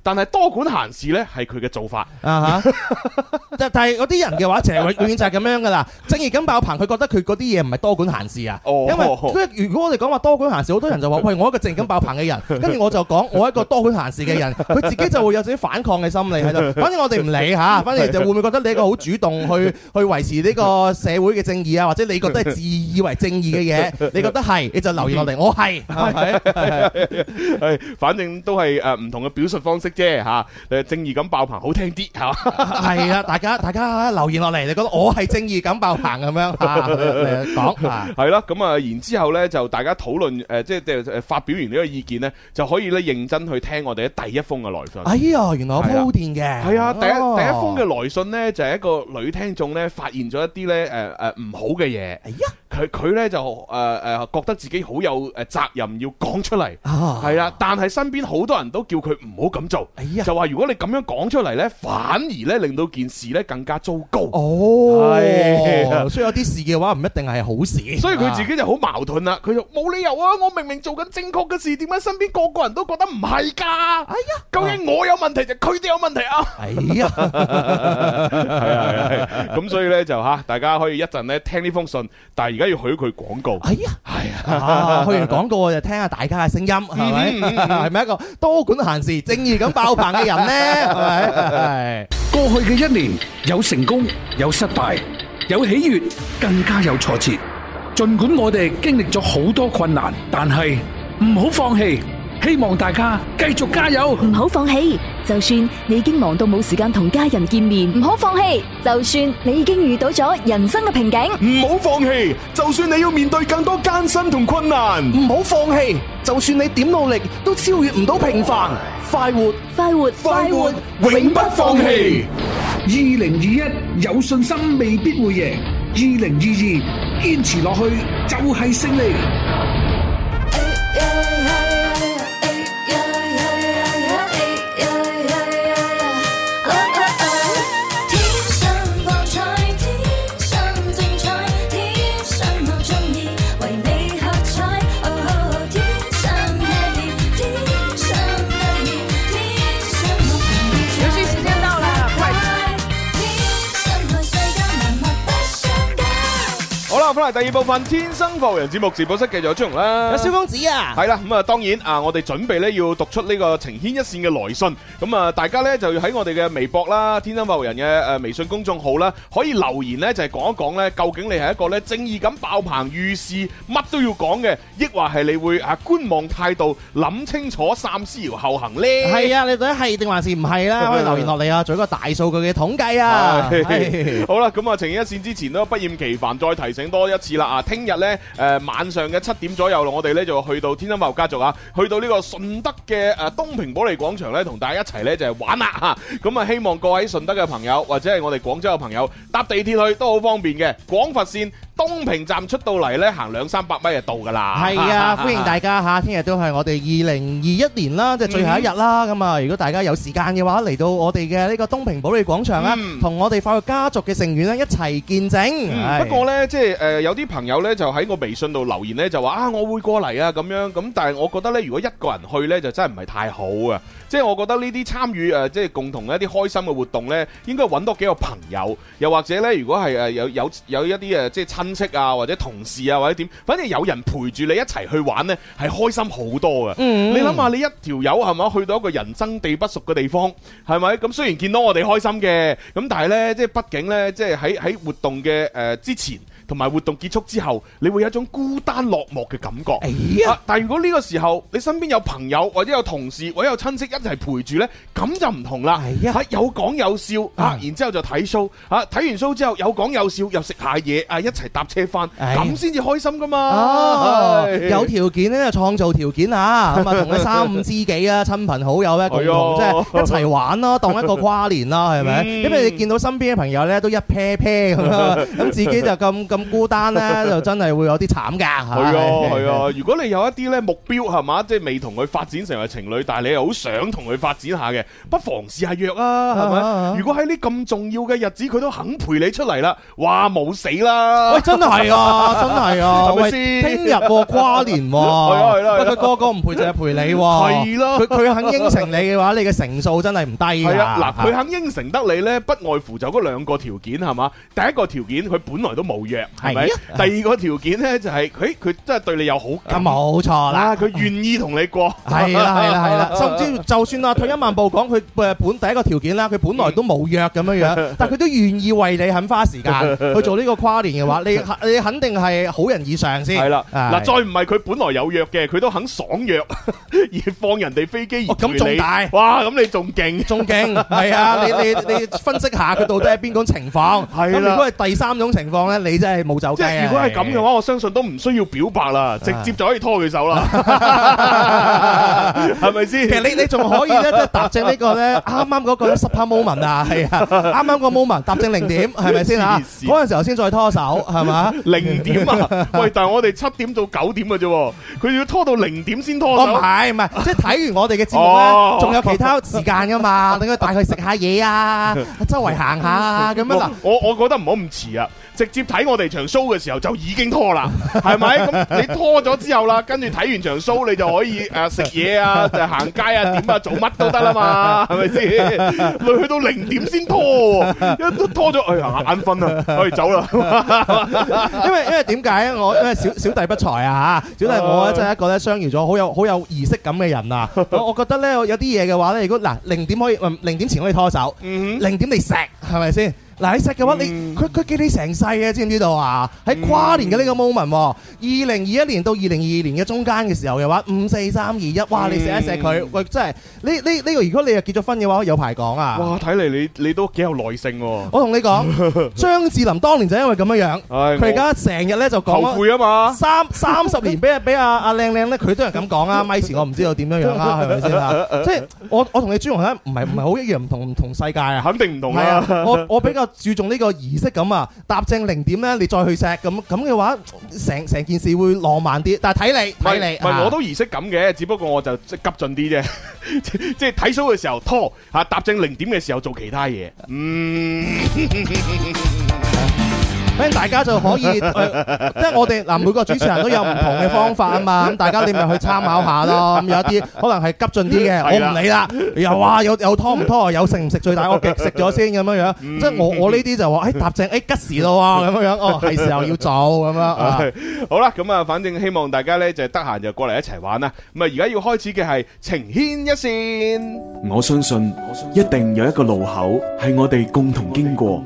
S2: 但係多管閒事呢，係佢嘅做法。
S3: 啊哈！但但係嗰啲人嘅話，就係永永遠就係咁樣噶啦。正義感爆棚，佢覺得佢嗰啲嘢唔係多管閒事啊。
S2: 哦
S3: 因為因為如果我哋講話多管閒事，好多人就話：喂，我一個正義感爆棚嘅人，跟住我就講我一個多管閒事嘅人，佢自己就會有自己反抗嘅心理喺度。反正我哋唔理嚇，反正就會唔會覺得你一個好主動去去維持呢個社會嘅正義啊，或者你覺得係自以為正義嘅嘢，你覺得係你就留言落嚟，我係係咪係係
S2: 係，反正都係诶唔同嘅表述方式啫吓。诶，正義感爆棚好聽啲吓。
S3: 係 啦，大家大家留言落嚟，你覺得我係正義感爆棚咁樣 嚇嚟講啊？
S2: 係啦，咁啊，然之後咧就大家討論诶，即係誒發表完呢個意見呢，就可以咧認真去聽我哋第一封嘅來信。
S3: 哎呀，原來我鋪墊嘅。
S2: 係啊，第一
S3: 哦
S2: 第一封。嘅來信呢，就係一個女聽眾呢發現咗一啲呢诶诶唔好嘅嘢，
S3: 哎呀，
S2: 佢佢咧就诶诶覺得自己好有诶責任要講出嚟。
S3: 啊，
S2: 係啦，但係身邊好多人都叫佢唔好咁做，
S3: 哎呀
S2: 就話如果你咁樣講出嚟呢，反而呢令到件事呢更加糟糕，係啊
S3: 哦，所以有啲事嘅話唔一定係好事。 啊
S2: 所以佢自己就好矛盾啦。佢就冇理由啊，我明明做緊正確嘅事，點解身邊個個人都覺得唔係㗎？哎呀，究竟我有問題定佢哋有問題啊？
S3: 啊啊。哎呀，
S2: 係啊係啊係啊咁所以呢，就吓，大家可以一陣呢聽呢封信，但係而家要許佢廣告，
S3: 哎呀，
S2: 係啊。嗯
S3: 啊去完廣告我就聽下大家嘅聲音，係咪？係咪一個多管閒事、正義咁爆棚嘅人呢？係咪？
S5: 过去嘅一年，有成功，有失败，有喜悦，更加有挫折。尽管我哋经历咗好多困难，但系唔好放弃，希望大家继续加油。
S6: 唔好放棄，就算你已經忙到冇時間同家人見面，唔好放棄。就算你已經遇到咗人生嘅瓶頸，
S7: 唔好放棄，就算你要面對更多艱辛同困難。
S8: 唔好放棄，就算你點努力都超越唔到平凡。快活，
S6: 快活，
S8: 快活，永不放棄。
S5: 二零二一有信心未必會贏，二零二二堅持落去就係勝利。
S1: 天生博彩，天生精彩，天生我中意，為你喝彩。天生 happy，天生得意，天生我朋友。遊戲時間到啦，快！天生愛世間，萬物不相交。
S2: 好啦，翻嚟第二部分《天生浮人》節目直播室，繼續有張紅啦，
S3: 有蕭公子啊，
S2: 系啦，咁啊，當然啊，我哋準備咧要讀出呢個情牽一線嘅來信，咁啊，大家咧就要喺我哋嘅微博啦、天生發人嘅诶微信公眾號啦，可以留言咧就係講一講咧，究竟你係一個咧正義感爆棚、遇事乜都要講嘅，抑或係你會啊觀望態度、諗清楚、三思而後行咧？
S3: 係啊，你到底係定還是唔 係啦？可以留言落嚟啊，做一個大數據嘅統計啊。係
S2: 好啦，咁啊，情牽一線之前都不厭其煩，再提醒多一次啦啊！聽日呢，誒、晚上嘅七點左右，我哋呢就去到天津發育家族啊，去到呢個順德嘅誒、呃、東平保利廣場呢，同大家一齊呢就係、玩啦嚇！咁啊，希望各位順德嘅朋友或者係我哋廣州嘅朋友搭地鐵去都好方便嘅，廣佛線東平站出到嚟呢，行兩三百米就到噶啦。
S3: 係 啊，歡迎大家嚇，聽日都係我哋二零二一年啦，即係最後一日啦。咁啊，如果大家有時間嘅話，嚟到我哋嘅呢個東平保利廣場啦
S2: 嗯，
S3: 同我哋法律家族嘅成員咧一齊見證。
S2: 嗯
S3: 係
S2: 不過呢，即係誒、呃有啲朋友呢，就喺我微信度留言呢，就話啊，我會過嚟啊咁樣。咁但係我覺得呢，如果一個人去呢，就真係唔係太好啊。即係我覺得呢啲參與誒、呃即係共同一啲開心嘅活動呢，應該揾多幾個朋友，又或者呢，如果係誒、呃有有有一啲誒即係親戚啊，或者同事啊，或者點，反正有人陪住你一齊去玩呢，係開心好多嘅。
S3: 嗯
S2: 你諗下，啊你一條友係咪去到一個人生地不熟嘅地方，係咪？咁雖然見到我哋開心嘅，咁但係呢，即係畢竟呢，即係喺喺活動嘅誒之前。同埋活動結束之後，你會有一種孤單落寞嘅感覺。
S3: 哎呀
S2: 啊但係如果呢個時候你身邊有朋友或者有同事或者有親戚一齊陪住呢，咁就唔同啦。
S3: 哎呀
S2: 啊有講有笑啊
S3: 嗯，
S2: 然之後就睇 show 啊，睇完 show 之後有講有笑，又食下嘢啊，一齊搭車翻，
S3: 哎
S2: 咁先至開心噶嘛。
S3: 哦，
S2: 係
S3: 有條件咧就創造條件啊， 咁啊同你三五知己啊、親朋好友咧共同即
S2: 係
S3: 係一齊玩咯，當一個跨年啦，係咪？
S2: 嗯
S3: 因為你見到身邊嘅朋友咧都一 pair pair 咁樣，咁自己就咁咁咁孤單咧，就真係會有啲慘㗎。
S2: 系啊，系啊。如果你有一啲咧目標係嘛，即係未同佢發展成為情侶，但係你又好想同佢發展下嘅，不妨試下約啊，係
S3: 啊啊
S2: 咪？如果喺呢咁重要嘅日子，佢都肯陪你出嚟啦，哇，冇死啦！
S3: 喂，真係 啊，真係啊，
S2: 係咪
S3: 喂，
S2: 先
S3: 聽日喎跨年喎，
S2: 係啊係啊係啊
S3: 喂佢個個唔陪就係陪你喎，
S2: 係咯
S3: 佢佢肯應承你嘅話，你嘅成數真係唔低㗎。
S2: 係啊，嗱，佢肯應承得你呢，不外乎就嗰兩個條件係嘛。第一個條件佢本來都冇約，係咪？
S3: 係啊
S2: 第二個條件呢，就係，佢佢真係對你有好
S3: 咁
S2: 感
S3: 冇錯啦。
S2: 啊，佢願意同你 過。
S3: 係啦係啦係 啦，甚至就算啊退一萬步講，佢誒本第一個條件啦，佢本來都冇約咁樣 樣，但佢都願意為你肯花時間去做呢個跨年嘅話，你你肯定係好人以上先。
S2: 係啦，
S3: 啊係
S2: 嗱，再唔係佢本來有約嘅，佢都肯爽約， 而放人哋飛機而
S3: 哦咁
S2: 陪
S3: 仲
S2: 你
S3: 大
S2: 哇，咁你仲勁。
S3: 仲勁係 啊！你你你分析下佢到底係邊種情況？
S2: 係
S3: 咁
S2: 啦
S3: 如果係第三種情況咧，你真係冇走雞
S2: 即
S3: 啊
S2: 係如果係咁嘅話，我相信都唔需要表白啦，直接就可以拖佢手啦， 係咪先？
S3: 其實你你仲可以咧，即係踏正呢個 咧，啱啱嗰個咧 super moment 啊，係啊，啱啱個 moment 踏正零點，係咪先啊
S2: 黐？線
S3: 嗰陣時候先再拖手，係嘛？
S2: 零點 啊！喂，但係我哋七點到九點嘅啫喎，佢要拖到零點先拖
S3: 哦，唔
S2: 手。
S3: 係唔 係，即係睇完我哋嘅節
S2: 哦
S3: 目咧，仲有其他時間噶 嘛？你應該帶佢食下嘢啊，周圍行下啊咁樣嗱
S2: 我。我我覺得唔好咁遲啊！直接睇我哋場 show 嘅時候就已經 拖啦，係咪？咁你拖咗之後啦，跟住睇完場 show 你就可以誒食 嘢啊、就行街啊、點啊、做乜都得啦嘛，係咪先？你去到零點先拖喎，一拖咗，哎呀眼瞓啦，我哋 走啦。
S3: 因為因為點解咧？啊我因為小小弟不才啊嚇，小弟我咧真係一個咧相遇咗好有好有儀式感嘅人啊！我我覺得咧有啲嘢嘅話咧，如果嗱零點可以嗯零點前可以拖手，
S2: 嗯
S3: 零點你錫係咪先？嗱，你錫嘅話，你佢佢記你成世嘅，知唔知道啊？喺跨年嘅呢個 moment，喎二零二一年到二零二二年嘅中間嘅時候嘅話，五四三二一，哇！你錫一錫佢，喂，真係呢呢呢個，如果你又結咗婚嘅話，有排講啊！
S2: 哇，睇嚟你你都幾有耐性喎。
S3: 我同你 講，張智霖當年就因為咁樣樣，
S2: 唉
S3: 佢而家成日咧就講
S2: 後悔啊嘛。
S3: 三三十年俾阿俾 阿阿靚靚咧，佢都係咁講 啊！咪前我唔知道點樣樣啦，係咪先啊？即係我我同你朱紅咧，唔係唔係好一樣，唔同唔同世界啊！
S2: 肯定唔同
S3: 係
S2: 啦。
S3: 啊，我我比較注重呢個儀式感啊，踏正零點咧，你再去錫咁咁嘅話，成成件事會浪漫啲。但係睇你
S2: 唔係
S3: 睇你，
S2: 唔係
S3: 啊
S2: 我都儀式感嘅，只不過我就即係急進啲啫，即即係睇 show 嘅時候拖嚇，搭正零點嘅時候做其他嘢。嗯，
S3: 咁大家就可以，呃 即係我哋嗱每個主持人都有唔同嘅方法啊 嘛，咁大家你咪去參考下咯。咁有一啲可能係急進 啲嘅，
S2: 係啊啦
S3: 我唔理啦。又話有有拖唔拖，有食唔食最大，我極食咗先咁樣樣。
S2: 嗯
S3: 即係我我呢啲就話，誒哎搭正誒吉時咯喎，咁樣樣 哦係時候要做咁樣啊。
S2: 好啦，咁啊，反正希望大家呢就係得閒就過嚟一齊玩啦。咁啊，而家要開始嘅係情牽一線。
S7: 我相信一定有一個路口係我哋共同經過，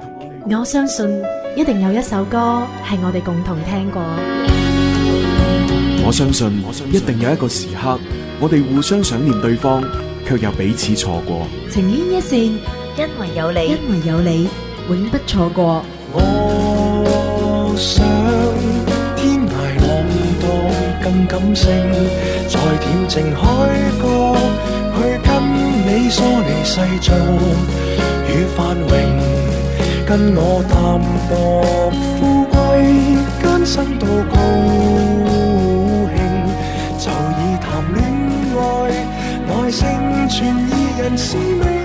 S9: 我相信一定有一首歌係我哋共同聽過，
S7: 我相信一定有一個時刻，我哋互相想念對方，卻又彼此錯過。
S9: 情牽一線，
S6: 因为有你
S9: 因為有你，永不錯過。
S4: 我想天涯浪蕩更感性，在恬靜海角去跟你梳理世俗與繁榮，跟我淡薄富貴艱辛到高興，就以談戀愛耐性傳二人使命。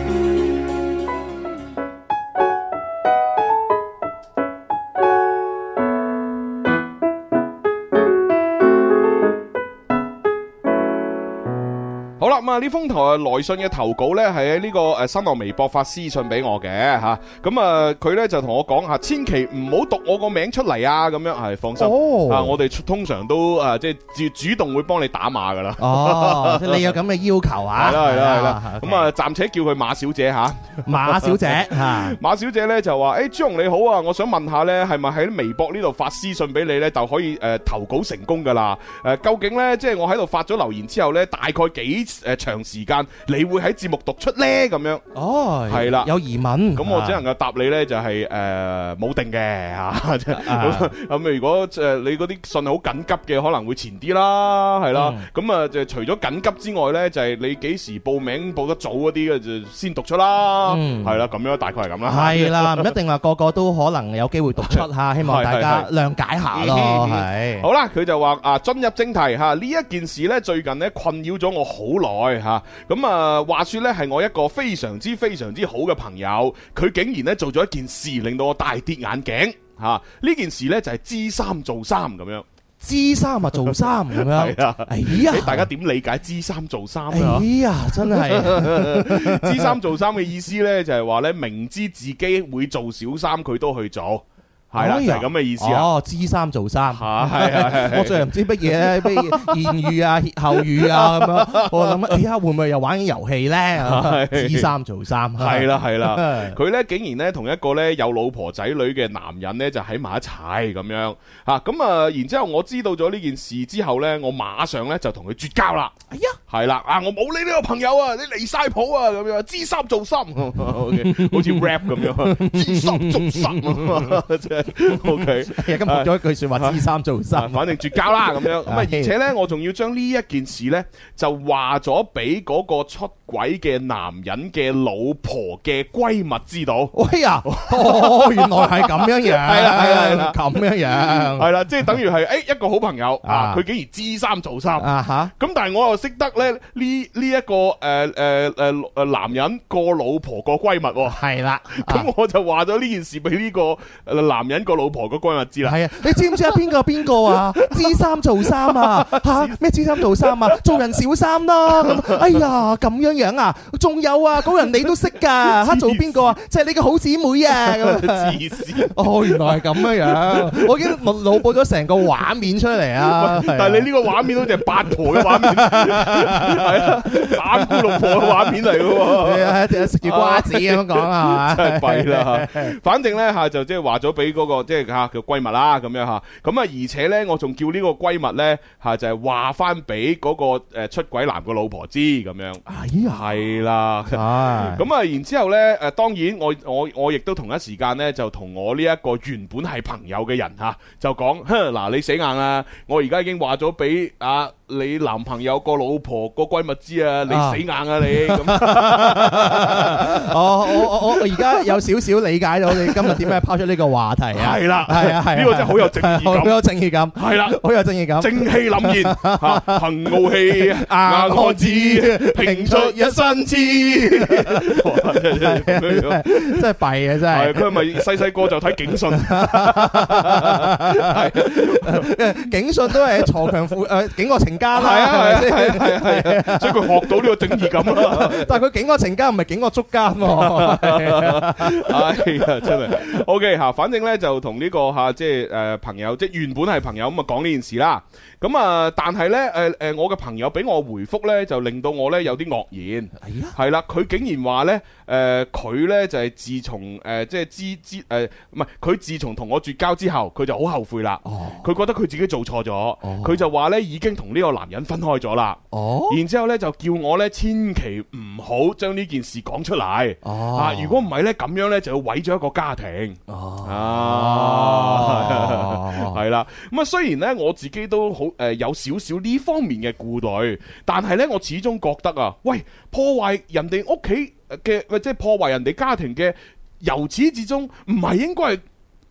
S2: 好啦，咁啊呢封台來信嘅投稿呢，係喺呢個誒新浪微博發私信俾我嘅嚇，咁啊佢呢就同我講嚇，千祈唔好讀我個名出嚟啊，咁樣係放心
S3: 哦
S2: 啊，我哋通常都啊即係主主動會幫你打碼 噶啦。
S3: 哦，即係你有咁嘅要求 啊？
S2: 係啦係啦係啦，
S3: OK
S2: 咁啊暫且叫佢馬小姐吓，
S3: 馬小 姐嚇。
S2: 馬小姐咧就話：，誒朱紅你好啊，我想問下咧，係咪喺微博呢度發私信俾你咧，就可以誒投稿成功噶啦？誒究竟咧，即係我喺度發咗留言之後咧，大概幾誒長時間，你會喺節目讀出呢？咁樣
S3: 哦，
S2: 係啦
S3: 有疑問，啊
S2: 咁我只能夠答你呢，就係誒冇定嘅嚇，即係
S3: 啊
S2: 咁如果誒你嗰啲信好緊急嘅，可能會前啲啦，係啦。咁啊就除咗緊急之外呢，就係你幾時報名報得早嗰啲嘅就先讀出啦，
S3: 嗯
S2: 係啦，咁樣大概係咁啦。
S3: 係啦，唔一定話個個都可能有機會讀出吓，希望大家諒解下咯，
S2: 嗯嗯嗯
S3: 係。
S2: 好啦，佢就話啊，進入正題吓，呢一件事呢，最近呢困擾咗我好耐吓。咁啊，話說呢，係我一個非常之非常之好嘅朋友，佢竟然呢做咗一件事，令到我大跌眼鏡吓。呢、件事呢，就係知三做三咁樣，
S3: 知三啊，做三咁樣。
S2: 係啊
S3: 哎呀
S2: 你，大家點理解知三做三
S3: 哎
S2: 啊？
S3: 呀，真係
S2: 知三做三嘅意思呢，就係話呢，明知自己會做小三，佢都去做，係啦，
S3: 哎
S2: 就
S3: 呀
S2: 係咁嘅意思啊。
S3: 哦，知三做三。
S2: 嚇係係係
S3: 我最近唔知乜嘢咧，咩言語啊、歇後語啊咁樣。我諗，哎呀，會唔會又玩緊遊戲咧？
S2: 係
S3: 知三做三。
S2: 係 啦係啦，佢呢竟然呢同一個呢有老婆仔女嘅男人呢就喺埋一齊咁樣吓，咁啊，然之後我知道咗呢件事之後呢，我馬上呢就同佢絕交啦。
S3: 哎呀，
S2: 係啦，啊我冇你呢個朋友啊，你離晒譜啊咁樣，知三做三 ，OK，好似 rap 咁樣，啊知三做三啊 ，OK。
S3: 哎呀，今日學咗一句說話，知三做
S2: 啊
S3: 三。
S2: 反正絕交啦咁樣，咁啊，而
S3: 係
S2: 且呢，我仲要將呢一件事呢，就話咗俾嗰個出軌嘅男人嘅老婆嘅閨蜜知道。
S3: 哎呀，哦，原來係咁樣樣，係
S2: 啦係啦係啦
S3: 咁樣樣
S2: 系啦，即係等於係诶一個好朋友啊，
S3: 啊
S2: 佢竟然知三做三。
S3: 啊吓。
S2: 咁但係我又識得咧呢呢一個诶诶诶诶男人個老婆個閨蜜喎，
S3: 系啦，
S2: 咁我就話咗呢件事俾呢個呃男人個老婆個閨 蜜知啦。
S3: 系啊，你知唔知啊？邊個邊 個啊？知三做三啊？吓咩知三做三啊？做人小三啦、 咁哎呀，咁樣樣啊？仲有啊，嗰個人你都識 㗎吓？做邊個啊？就係你嘅好姊妹啊！咁樣
S2: 黐線！
S3: 哦，原來係咁樣樣，我已經腦腦補咗成個畫面出 嚟啊！係啊
S2: 但係你呢個畫面好似係八婆嘅畫面，係啊，三姑六婆嘅畫面嚟嘅 喎。
S3: 係啊，一定食住瓜子咁樣講啊，
S2: 真係弊 啦！反正呢，吓就即係話咗俾嗰個即係吓叫閨蜜啦咁樣吓，咁啊而且呢，我仲叫呢個閨蜜呢，吓就係話翻俾嗰個诶出軌男個老婆知咁樣，
S3: 哎呀，
S2: 係啦。
S3: 啊，
S2: 咁啊，然之後呢，誒當然我我我亦都同一時間呢，就同我呢一個原本係朋友嘅人嚇、就講，哼嗱你死硬啦！我而家已經話咗俾啊你男朋友個老婆個閨蜜知啊，你
S3: 啊
S2: 死硬啊你！咁
S3: 我我我我而家有少少理解到你今日點解拋出呢個話題啊？
S2: 係啦，
S3: 係啊係啊
S2: 呢個真係好有正義
S3: 好
S2: 感，
S3: 有正義感，
S2: 係啦。
S3: 好有正義感。
S2: 正氣凛然，嚇憑傲氣，
S3: 啊
S2: 硬漢子，拼出一身痴。哇真係咁樣
S3: 真
S2: 樣
S3: 係弊嘅
S2: 係
S3: 真
S2: 佢係咪細細個就睇警訊？
S3: 係， 警訊都係鋤強扶誒警惡情
S2: 系啊系啊系啊
S3: 家啦，係咪先？
S2: 系啊， 所以佢學到呢個正義感啊啦。
S3: 但係佢警惡情家唔係警惡捉奸喎，
S2: 哎呀，真係 OK 吓，反正咧就同呢個吓即係诶朋友，即係原本係朋友咁啊講呢件事啦。咁啊，但係咧诶诶，我嘅朋友俾我回覆咧，就令到我咧有啲愕然。係啦，佢竟然話咧诶，佢咧就係自從诶即係知知诶唔係佢自從同我絕交之後，佢就好後悔啦。佢覺得佢自己做錯咗，佢就話咧已經同呢個男人分開咗啦。
S3: 哦
S2: 然之後咧就叫我咧千祈唔好將呢件事講出嚟。
S3: 哦
S2: 啊！如果唔係咧，咁樣咧就要毀咗一個家庭。
S3: 哦
S2: 啊，
S3: 哦
S2: 係啦。咁啊，雖然咧我自己都好誒有少少呢方面嘅顧慮，但係咧我始終覺得啊，喂，破壞人哋屋企嘅，呃即係破壞人哋家庭嘅，由始至終唔係應該係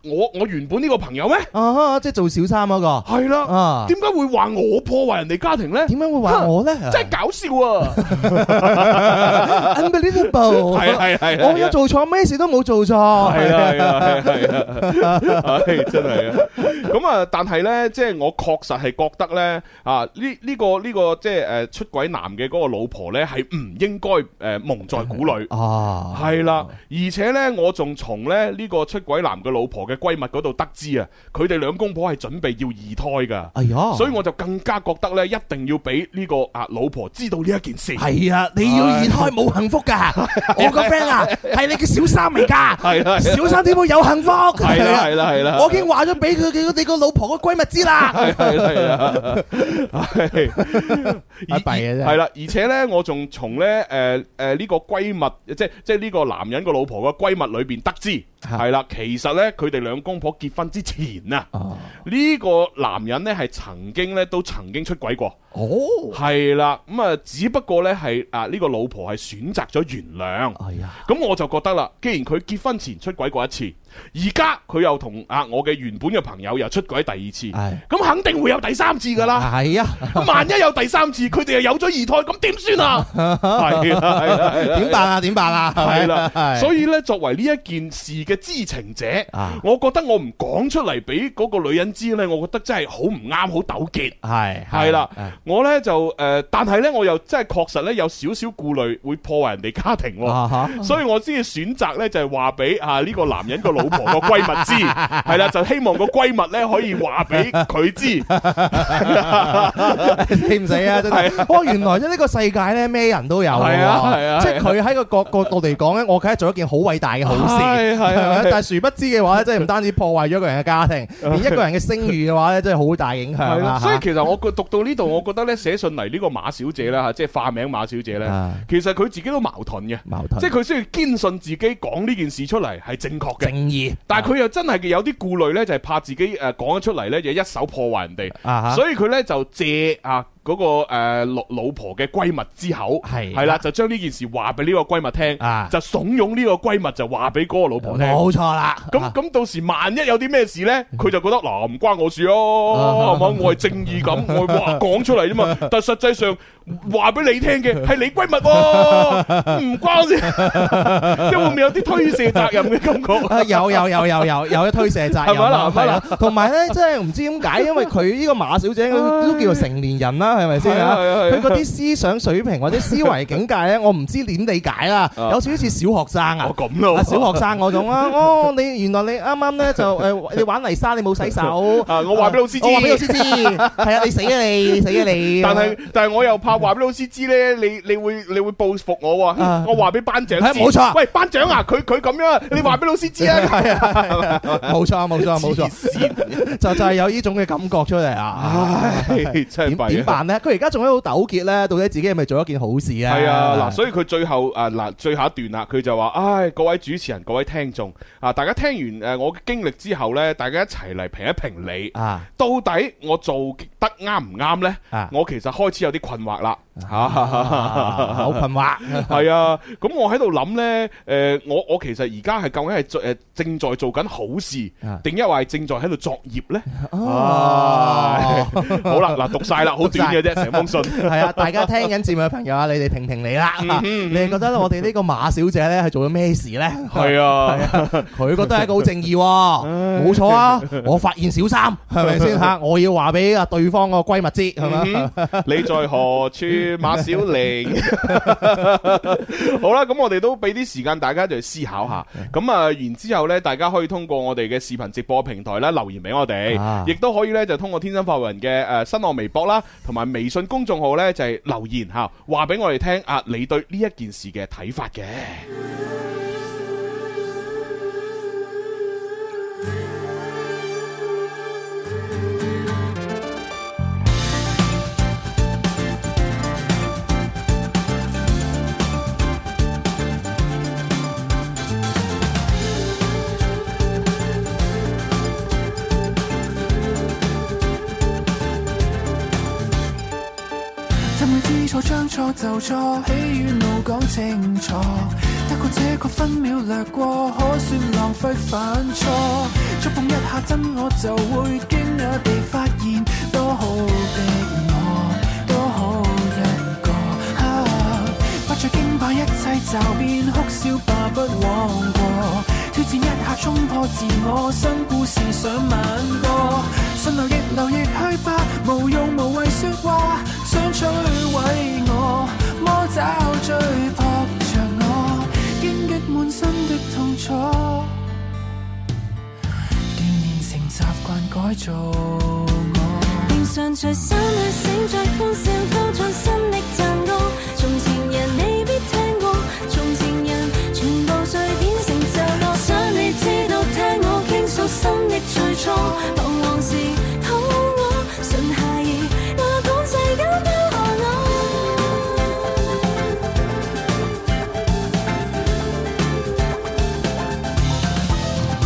S2: 我我原本呢個朋友咩？
S3: 啊，即係做小三嗰個
S2: 係啦，
S3: 啊，
S2: 點解會話我破壞人哋家庭呢？
S3: 點解會話我咧？
S2: 真係搞笑啊！
S3: unbelievable，
S2: 係係係係
S3: 我有做錯咩事都冇做錯，
S2: 系
S3: 係
S2: 啦，系啦，系啦，系真系啊！咁啊，但系呢，即系我確實係覺得呢，啊，呢呢個呢個即係诶出軌男嘅嗰個老婆呢，係唔應該诶蒙在鼓裏。
S3: 啊，
S2: 係啦，而且呢，我仲從咧呢個出軌男嘅老婆嘅嘅閨蜜嗰度得知啊，佢哋兩公婆係準備要二胎㗎。
S3: 哎呀，
S2: 所以我就更加覺得咧，一定要俾呢個啊老婆知道呢一件事。
S3: 系啊，你要二胎冇幸福噶，我個 friend 啊，係你嘅小三嚟
S2: 係啦
S3: 㗎，
S2: 係啦
S3: 小三點會有幸福？啊
S2: 係啦係啦係啦
S3: 我已經話咗俾佢嘅你個老婆個閨蜜知 啦。
S2: 係啊係係啊，係
S3: 啊弊嘅真係
S2: 係啦，而且咧，我仲從咧誒誒呢個閨蜜，即係即係呢個男人個老婆嘅閨蜜裏邊得知，
S3: 嚇
S2: 係啦，其實咧佢哋兩公婆結婚之前啊，呢個男人咧係曾經咧都曾經出軌過，
S3: 哦，
S2: 係啦，咁啊，只不過咧係啊呢個老婆係選擇咗原諒。
S3: 哎呀，
S2: 咁我就覺得啦，既然佢結婚前出軌過一次，而家佢又同啊我嘅原本嘅朋友又出軌第二
S3: 係
S2: 次，咁肯定會有第三次噶啦。
S3: 係啊，
S2: 咁萬一有第三次，佢哋又有咗二胎，咁點 算啊？係啦，係啦係啦
S3: 點辦啊？點辦啊？
S2: 係啦，
S3: 係
S2: 所以咧，作為呢一件事嘅知情者
S3: 啊，
S2: 我覺得我唔講出嚟俾嗰個女人知咧，我覺得真係好唔啱，好糾結。
S3: 係啊
S2: 係啦
S3: 係
S2: 我呢就誒、呃但係呢，我又真係確實呢，有少少顧慮，會破壞人哋家庭喎、
S3: 啊哈
S2: 所以我先至選擇呢，就係話俾啊呢個男人個老婆個閨蜜 知，係啦，就希望個閨蜜呢可以話俾佢知，
S3: 死唔死啊？真係，哇！原來呢個世界咧，咩人都有喎，
S2: 係啊係啊
S3: 即係佢喺個角角度嚟講咧，我梗係做一件好偉大嘅好事，
S2: 係係係
S3: 咪但係殊不知嘅話咧，即係唔單止破壞咗一個人嘅家 庭，而一個人嘅聲譽嘅話咧，真係好大影響
S2: 係啦。
S3: 啦。
S2: 所以
S3: 嚇
S2: 其實我覺讀到呢度，我覺得呢，寫信嚟呢個馬小姐啦，嚇即係化名馬小姐呢，
S3: 嗯啊
S2: 其實佢自己都矛盾嘅，
S3: 矛盾
S2: 即係佢需要堅信自己講呢件事出嚟係正確嘅
S3: 正。義，
S2: 但係佢又真係嘅有啲顧慮呢，就係怕自己誒講咗出嚟呢，就一手破壞人
S3: 啊
S2: 哋，
S3: 哈
S2: 所以佢呢，就借啊嗰個誒老老婆嘅閨蜜之口，
S3: 係
S2: 係啦，就將呢件事話俾呢個閨蜜聽
S3: 啊，
S2: 就慫恿呢個閨蜜就話俾嗰個老婆聽。
S3: 冇錯啊嗯啦。
S2: 咁咁到時萬一有啲咩事呢，佢就覺得嗱唔關我事啊
S3: 啊
S2: 咯，係嘛？我係正義 咁，我話講出嚟啫嘛。但實際上話俾你聽嘅係你閨蜜喎，唔關 我事，即係會唔會有啲推卸責任嘅感覺？
S3: 啊有有有有有有一推卸責任
S2: 係咪啊
S3: 啦，
S2: 係咪啊
S3: 同埋咧，真係唔知點解，因為佢呢個馬小姐都叫做成年人啦，係咪先啊？
S2: 係啊係啊係啊
S3: 佢嗰啲思想水平或者思維境界咧，我唔知點理解啦，
S2: 啊
S3: 有少少似小學生啊
S2: 哦。咁咯
S3: 啊，小學生嗰種啊，哦，你原來你啱啱咧就誒，你玩泥沙你冇洗手，
S2: 啊我話俾老師知
S3: 我話俾老師知，係啊，你死啊你，你死啊你，
S2: 但係但係我又怕話俾老師知咧，你你會你會報復我喎
S3: 啊。
S2: 我話俾班長
S3: 係
S2: 知，
S3: 冇錯
S2: 喂，班長啊，佢佢咁樣，你話俾老師知啊。
S3: 係啊係啊，冇錯冇錯冇錯，就就係有呢種嘅感覺出嚟啊。
S2: 唉，真
S3: 點
S2: 係弊
S3: 點
S2: 啊！
S3: 辦咧？佢而家仲喺度糾結咧，到底自己係咪做一件好事咧？
S2: 係啊，嗱，所以佢最後啊嗱，最後一段啦，佢就話：，唉，各位主持人，各位聽眾啊，大家聽完誒我嘅經歷之後呢，大家一齊嚟評一評理，
S3: 啊，
S2: 到底我做得啱唔啱呢？
S3: 啊
S2: 我其實開始有啲困惑啦。
S3: 啊好困惑，
S2: 係啊，咁我喺度諗呢，诶、我我其實而家係究竟係做诶正在做緊好事
S3: 啊，
S2: 定一話係正在喺度作業 呢？
S3: 哦，
S2: 好啦，嗱，讀晒啦，好短嘅啫，成 封信。
S3: 係啊，大家聽緊節目嘅朋友啊，你哋評評理啦，你哋覺得我哋呢個馬小姐咧係做咗咩事咧？
S2: 係啊，
S3: 佢覺得係一個好正義喎，冇錯啊！我發現小三係咪先嚇？我要話俾啊對方個閨蜜知係咪？
S2: 嗯你在何處，馬小玲？ 好啦，咁我哋都俾啲時間大家就去思考下。
S3: 嗯
S2: 咁啊，然之後呢，大家可以通過我哋嘅視頻直播平台啦，留言俾我哋
S3: 啊，
S2: 亦都可以呢，就通過天生發人嘅誒新浪微博啦，同埋微信公眾號呢，就係留言嚇，話俾我哋聽啊，你對呢一件事嘅睇法嘅。
S4: 怎會知錯將錯就錯，喜與怒講清楚。得過且過分秒掠過，可算浪費犯錯。觸碰一下真我就會驚訝地發現，多好的我，多好一個。啊、不再驚怕一切驟變，哭笑吧不枉過。挑戰一下衝破自我，新故事想挽歌。信流亦流亦去吧，無用無謂説話，想摧毀我，魔爪追撲着我，荊棘滿身的痛楚。
S10: 改造我。
S1: 平常隨心去醒着歡笑，都盡心力讚歌。從前人你必聽過，從前人全部碎片成就我。想你知道聽我傾訴心力最錯，彷徨時討我，唇下意那管世間拋下我。
S10: 飾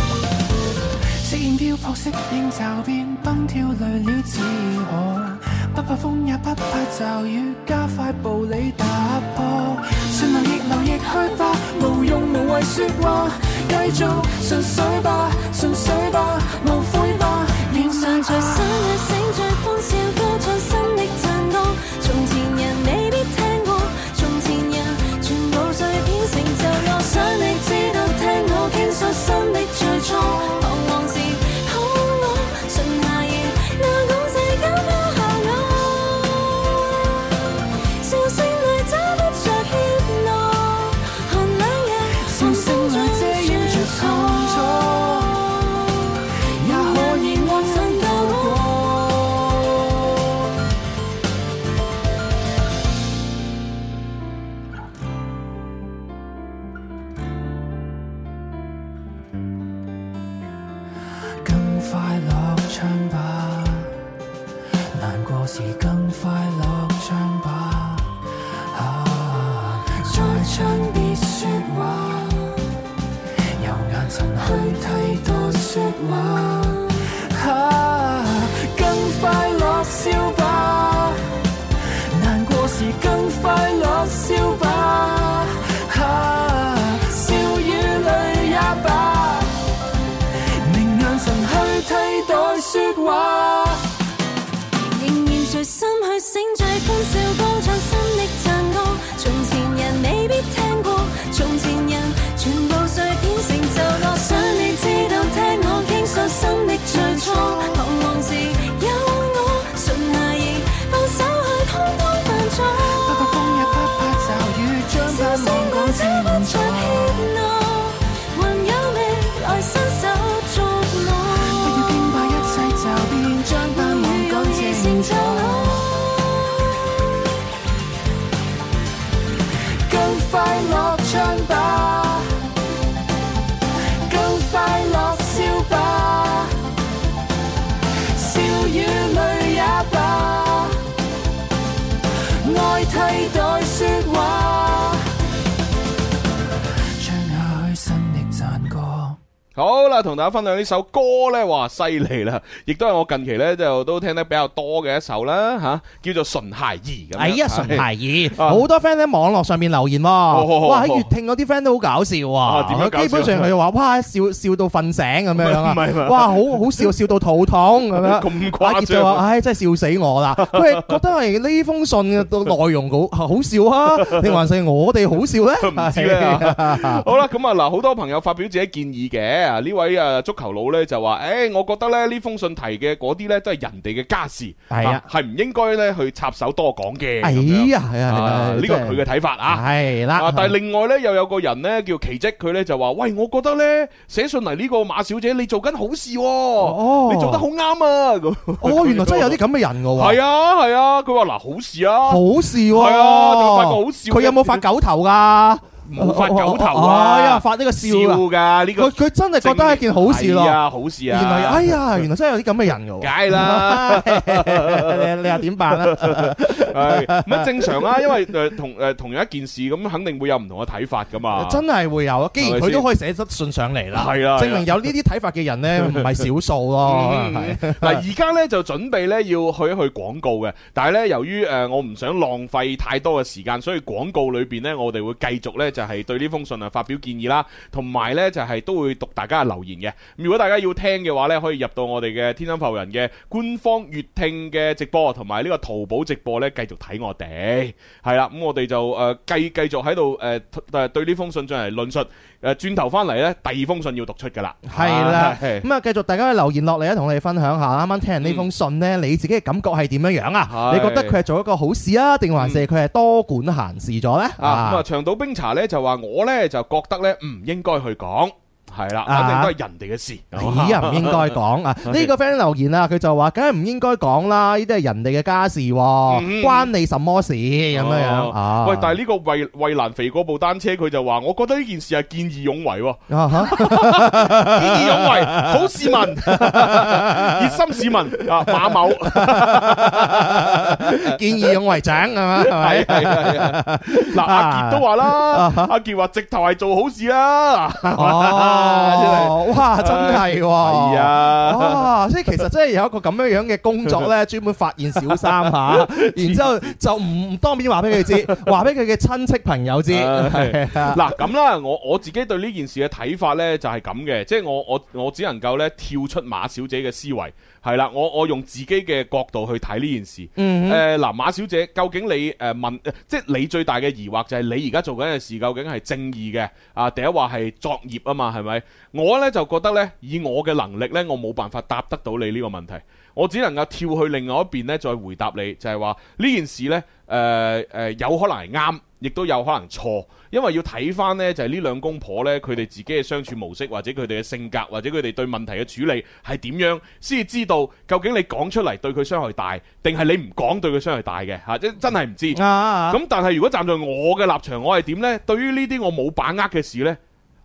S10: 演漂泊適應驟變，蹦跳累了自我，不怕風也不怕驟雨，加快步履打波。信流亦流亦去吧，無用無謂説話，繼續純粹吧，純粹吧，無悔吧，
S1: 面
S10: 面
S1: 上在
S10: 上在
S1: 生日醒着歡笑，高唱新的讚歌。從前人你必聽過，從前人全部碎片成就我。想你知道聽我傾訴心的最初，彷徨時抱我，唇下言那故事交拋下我，笑聲裏找不着怯懦，寒冷日
S10: 笑聲裏遮掩住痛楚，也可以安心度過。更快樂唱吧，難過時更快樂唱吧，啊！再唱別説話，由眼神去替代説話，啊！更快樂笑吧，難過時更快樂笑吧，啊！笑與淚也罷。明眼神去替代說話。
S1: 仍然隨心去醒着歡笑歌唱新的讚歌。從前人未必聽過，從前人全部碎片成就我。想你知道聽我傾訴心的最初，彷徨時有我，唇下意放手去通通犯錯。
S10: 不怕風也不怕驟雨，將
S1: 笑
S10: 盼
S1: 聲
S10: 望趕
S1: 裏
S10: 至
S1: 找不
S10: 滿
S1: 着怯懦，
S10: 座。
S1: 還有力來伸手捉
S10: 不要
S1: 我。
S10: 驚怕一切驟變，將盼望趕至滿座。更快樂唱吧，更快樂笑吧，笑與淚也罷。愛替代說話，唱下去新的讚歌。
S2: 好啦，同大家分享呢首歌呢，哇，犀利啦！亦都係我近期呢，就都聽得比較多嘅一首啦，吓、叫做《唇孩兒》咁樣。
S3: 哎呀，純
S2: 係
S3: 孩兒，
S2: 啊
S3: 好多 friend 喺網絡上面留言喎，
S2: 好好
S3: 哇！喺
S2: 好
S3: 粵聽嗰啲 friend 都好搞笑啊
S2: 啊點樣搞笑
S3: 基本上佢話哇笑笑到瞓醒咁樣啊
S2: 唔係唔係
S3: 哇好好笑笑到肚痛咁樣，
S2: 咁誇張啊
S3: 阿傑就話：唉，真係笑死我 啦！佢係覺得係呢封信嘅內容好好笑啊，定還是我哋好笑咧？
S2: 唔知咧 好啦，咁啊嗱，好多朋友發表自己建議嘅，啊呢位啊足球佬呢，就話：，誒，我覺得咧呢封信提嘅嗰啲呢，都係人哋嘅家事，
S3: 係啊
S2: 係唔應該呢去插手多講 嘅。
S3: 哎
S2: 咁樣
S3: 呀，係
S2: 啊
S3: 啊，
S2: 呢個係佢嘅
S3: 嘅
S2: 睇法啊。
S3: 係
S2: 啊！
S3: 啦，
S2: 但係另外呢，又有個人呢，叫奇蹟，佢呢就話：，喂，我覺得呢，寫信嚟呢個馬小姐，你做緊好事喎，
S3: 哦
S2: 你做得好啱啊！咁
S3: 哦，原來真係有啲咁嘅人嘅喎，
S2: 係啊係啊，佢話嗱好事啊，
S3: 好事喎，
S2: 係啊仲發個好笑嘅
S3: 佢有冇發狗頭㗎？
S2: 冇發狗頭啊，
S3: 哎呀，發呢個笑啊！
S2: 噶呢
S3: 佢
S2: 個，
S3: 佢真係覺得係件好事
S2: 係
S3: 咯。
S2: 啊，好事啊！
S3: 原來哎呀，原來真係有啲咁嘅人嘅
S2: 梗
S3: 喎。
S2: 係 啦，
S3: 你你又點辦 啊？
S2: 係咁啊正常啦，因為誒同誒同樣一件事，咁肯定會有唔同嘅睇法噶嘛。
S3: 真係會有啊！既然
S2: 係咪
S3: 佢
S2: 先
S3: 都可以寫得信上嚟啦，
S2: 係啦
S3: 證明有呢啲睇法嘅 人咧，唔係少數咯。可
S2: 嗯
S3: 能係
S2: 嗱，而家咧就準備咧要去一去廣告嘅，但係咧由於誒我唔想浪費太多嘅時間，所以廣告裏邊咧我哋會繼續咧就係對呢封信啊發表建議啦，同埋咧就係都會讀大家嘅留言嘅。如果大家要聽嘅話咧，可以入到我哋嘅天生浮人嘅官方粵聽嘅直播，同埋呢個淘寶直播咧繼續睇我哋。係啦，咁我哋就誒繼繼續喺度誒誒對呢封信進行論述。誒轉頭翻嚟咧，第二封信要讀出㗎啦。
S3: 係啦，
S2: 係
S3: 咁啊，繼續大家留言落嚟啊，同我哋分享下啱啱聽完呢封信咧，你自己嘅感覺係點樣樣啊？
S2: 係
S3: 你覺得佢係做一個好事啊，定還是佢係多管閒事咗咧？
S2: 啊啊，咁啊，長島冰茶咧就話我咧就覺得咧唔應該去講。係啦，
S3: 啊哎
S2: 反正都係人哋嘅事。
S3: 咦又唔應該講 啊！呢個 friend 留言啊，佢就話：，梗係唔應該講啦，呢啲係人哋嘅家事
S2: 嗯
S3: 喎，關你什麼事咁樣樣啊？
S2: 哦喂，但係呢個衛衛蘭肥嗰部單車，佢就話：我覺得呢件事係見義 勇為喎，
S3: 啊 哈
S2: 見義勇為，好市 民，熱心市民啊，馬某。
S3: 見義勇為獎係嘛？係咪？
S2: 系系系，
S3: 啊
S2: 嗱阿杰都話啦，阿杰話直頭係做好事啦，
S3: 哦，哇，真係喎！
S2: 係啊，
S3: 哇！即係其實真係有一個咁樣樣嘅工作 咧，專門發現小三嚇，然之後就唔當面話 俾佢知，話俾佢嘅親戚朋友知。
S2: 唉
S3: 係啊
S2: 嗱咁啦，我我自己對呢件事嘅睇法呢就係咁嘅，即係我我我只能夠咧跳出馬小姐嘅思維，係啦，我我用自己嘅角度去睇呢件事。
S3: 嗯哼
S2: 誒嗱，馬小姐，究竟你誒問，即係你最大嘅疑惑就係你而家做緊嘅事究竟係正義嘅啊？第一話係作業啊嘛，係咪？我呢就覺得呢，以我嘅能力呢，我冇辦法答得到你呢個問題，我只能夠跳去另外一邊呢，再回答你，就係話呢件事呢，誒、誒、有可能係啱。亦都有可能錯，因為要睇翻呢，就係呢兩公婆呢，佢哋自己嘅相處模式，或者佢哋嘅性格，或者佢哋對問題嘅處理係點樣，先至知道究竟你講出嚟對佢傷害大，定係你唔講對佢傷害大嘅嚇，即真係唔知。
S3: 啊啊！
S2: 咁但係如果站在我嘅立場，我係點呢？對於呢啲我冇把握嘅事呢，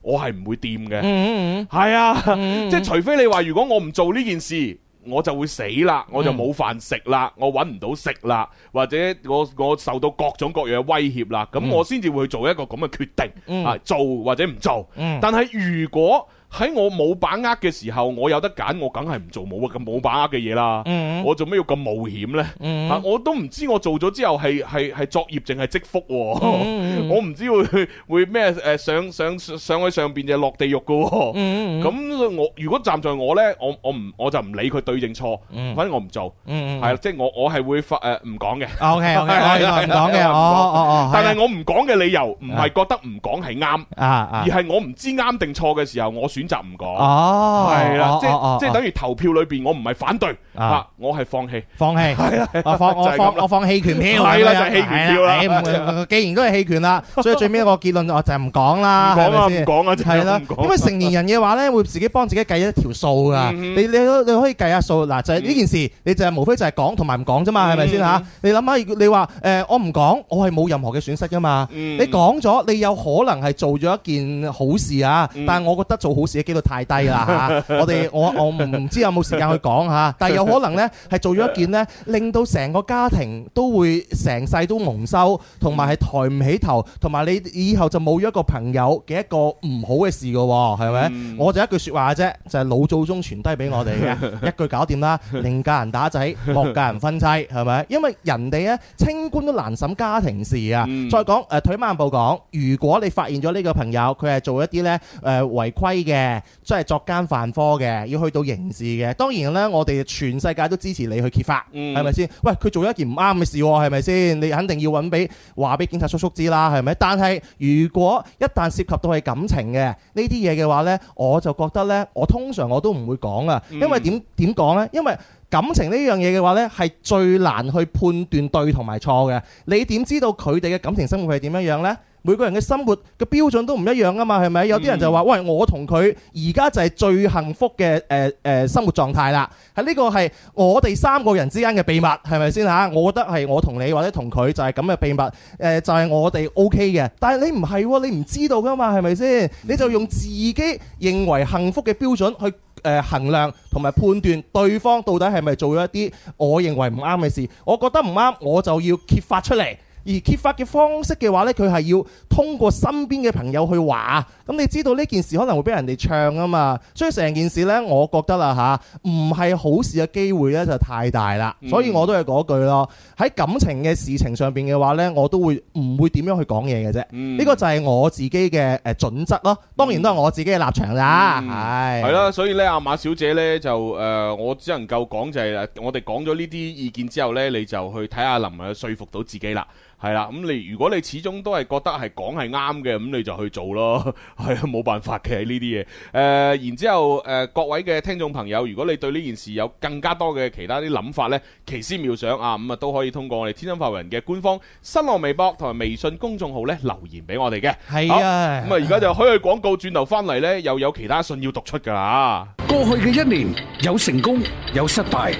S2: 我係唔會掂嘅。
S3: 嗯嗯
S2: 係啊，
S3: 嗯
S2: 即係除非你話，如果我唔做呢件事。我就會死
S3: 嗯
S2: 啦，我就冇飯食啦，我揾唔到食啦，或者我我受到各種各樣嘅威脅啦，咁我先至會做一個咁嘅決定，
S3: 嗯
S2: 啊做或者唔做。
S3: 嗯
S2: 但係如果喺我冇把握嘅時候，我有得揀，我梗係唔做冇咁冇把握嘅嘢啦。
S3: 嗯
S2: 我做咩要咁冒險呢？
S3: 嗯
S2: 啊，我都唔知我做咗之後係係係作業淨係積福喎，
S3: 嗯嗯
S2: 我唔知會會咩誒上上上去上邊就落地獄噶喎。
S3: 嗯
S2: 咁、我如果站在我呢，我我唔我就唔理佢對定錯，
S3: 嗯
S2: 反正我唔做，
S3: 嗯哦
S2: 係啦，即係我我係會發誒唔講嘅，
S3: O K O K，我原來唔講
S2: 係
S3: 嘅，
S2: 啊
S3: 哦哦哦，
S2: 但係我唔講嘅理由唔係覺得唔講係啱，
S3: 啊啊
S2: 而，係我唔知啱定錯嘅時候，我選擇唔講。
S3: 哦，
S2: 係啦，即係即係等
S3: 於
S2: 於投票裏邊，我唔係反對
S3: 啊
S2: 啊，我係放棄。
S3: 放棄，係啦，我放我
S2: 就係咁
S3: 放
S2: 啦
S3: 我放棄權票，
S2: 係啦
S3: 咁樣
S2: 就係棄權票啦
S3: 係啦唉既然都係棄權 啦，所以最尾一個結論我就唔講
S2: 唔
S3: 啦，
S2: 講啊，
S3: 係咪
S2: 唔
S3: 先
S2: 講啊，真
S3: 係啦
S2: 係唔，
S3: 因
S2: 講
S3: 為。成年人嘅話咧，會自己幫自己計一條數噶。
S2: 嗯
S3: 你你都你可以計下數，嗱就係呢件事，你就係無非就係講同埋唔講啫嘛，係咪先嚇
S2: 嗯？
S3: 你諗下，如果你話誒我唔講，我係冇任何嘅損失噶嘛。
S2: 嗯
S3: 你講咗，你有可能係做咗一件好事啊
S2: 嗯，
S3: 但係我覺得做好事嘅機率太低 啦嚇。我哋我我唔知有冇時間去講嚇，但係有可能咧係做咗一件咧，令到成個家庭都會成世都蒙羞，同埋係抬唔起頭，同埋你以後就冇咗一個朋友嘅一個唔好嘅事嘅喎，係咪？
S2: 嗯
S3: 我就一句説話啫，就係、老祖宗傳低俾我哋 嘅一句搞掂啦，寧嫁人打仔，莫嫁人分妻，係咪？因為人哋咧清官都難審家庭事啊。
S2: 嗯
S3: 再講誒、呃退慢步講，如果你發現咗呢個朋友佢係做一啲咧誒違規嘅，即係作奸犯科嘅，要去到刑事嘅，當然咧，我哋全世界都支持你去揭發，
S2: 嗯
S3: 係咪先？喂，佢做咗一件唔啱嘅事喎，係咪先？你肯定要揾俾話俾警察叔叔知啦，係咪？但係如果一旦涉及到係感情嘅呢啲嘢嘅話呢，我就覺得呢，我通常我都唔會講啊，因為點點講呢？因為感情呢樣嘢嘅話呢，係最難去判斷對同埋錯嘅。你點知道佢哋嘅感情生活係點樣樣呢？每個人嘅生活嘅標準都唔一樣噶嘛，係咪？有啲人就話：喂，我同佢而家就係最幸福嘅誒誒生活狀態啦。係呢個係我哋三個人之間嘅秘密，係咪先嚇？我覺得係我同你或者同佢就係咁嘅秘密，誒、就係、我哋 O K 嘅。但係你唔係喎，你唔知道噶嘛，係咪先？你就用自己認為幸福嘅標準去。誒、衡量同埋判斷對方到底係咪做咗一啲我認為唔啱嘅事，我覺得唔啱，我就要揭發出嚟。而揭發嘅方式嘅話呢，佢係要通過身邊嘅朋友去話。咁你知道呢件事可能會俾人哋唱啊嘛，所以成件事呢，我覺得啦吓，唔係好事嘅機會呢就太大啦。
S2: 嗯
S3: 所以我都係嗰句咯，喺感情嘅事情上邊嘅話呢，我都會唔會點樣去講嘢嘅啫。
S2: 嗯
S3: 呢個就係我自己嘅誒準則咯，當然都係我自己嘅立場啦，
S2: 嗯
S3: 係
S2: 係啦，所以呢，阿馬小姐呢，就誒、呃我只呃能夠講就係、我哋講咗呢啲意見之後呢，你就去睇下能唔能夠說服到自己啦。系啦，咁你如果你始終都係覺得係講係啱嘅，咁你就去做咯， 係啊，冇辦法嘅呢啲嘢。誒、呃然之後誒、各位嘅聽眾朋友，如果你對呢件事有更加多嘅其他啲諗法呢，奇思妙想啊，咁啊都可以通過我哋天生發人嘅官方新浪微博同埋微信公眾號呢留言俾我哋嘅。
S3: 係
S2: 好
S3: 啊
S2: 咁啊而家就開去廣告，轉頭翻嚟呢，又有其他信要讀出㗎啦。
S5: 过去嘅一年，有成功，有失败，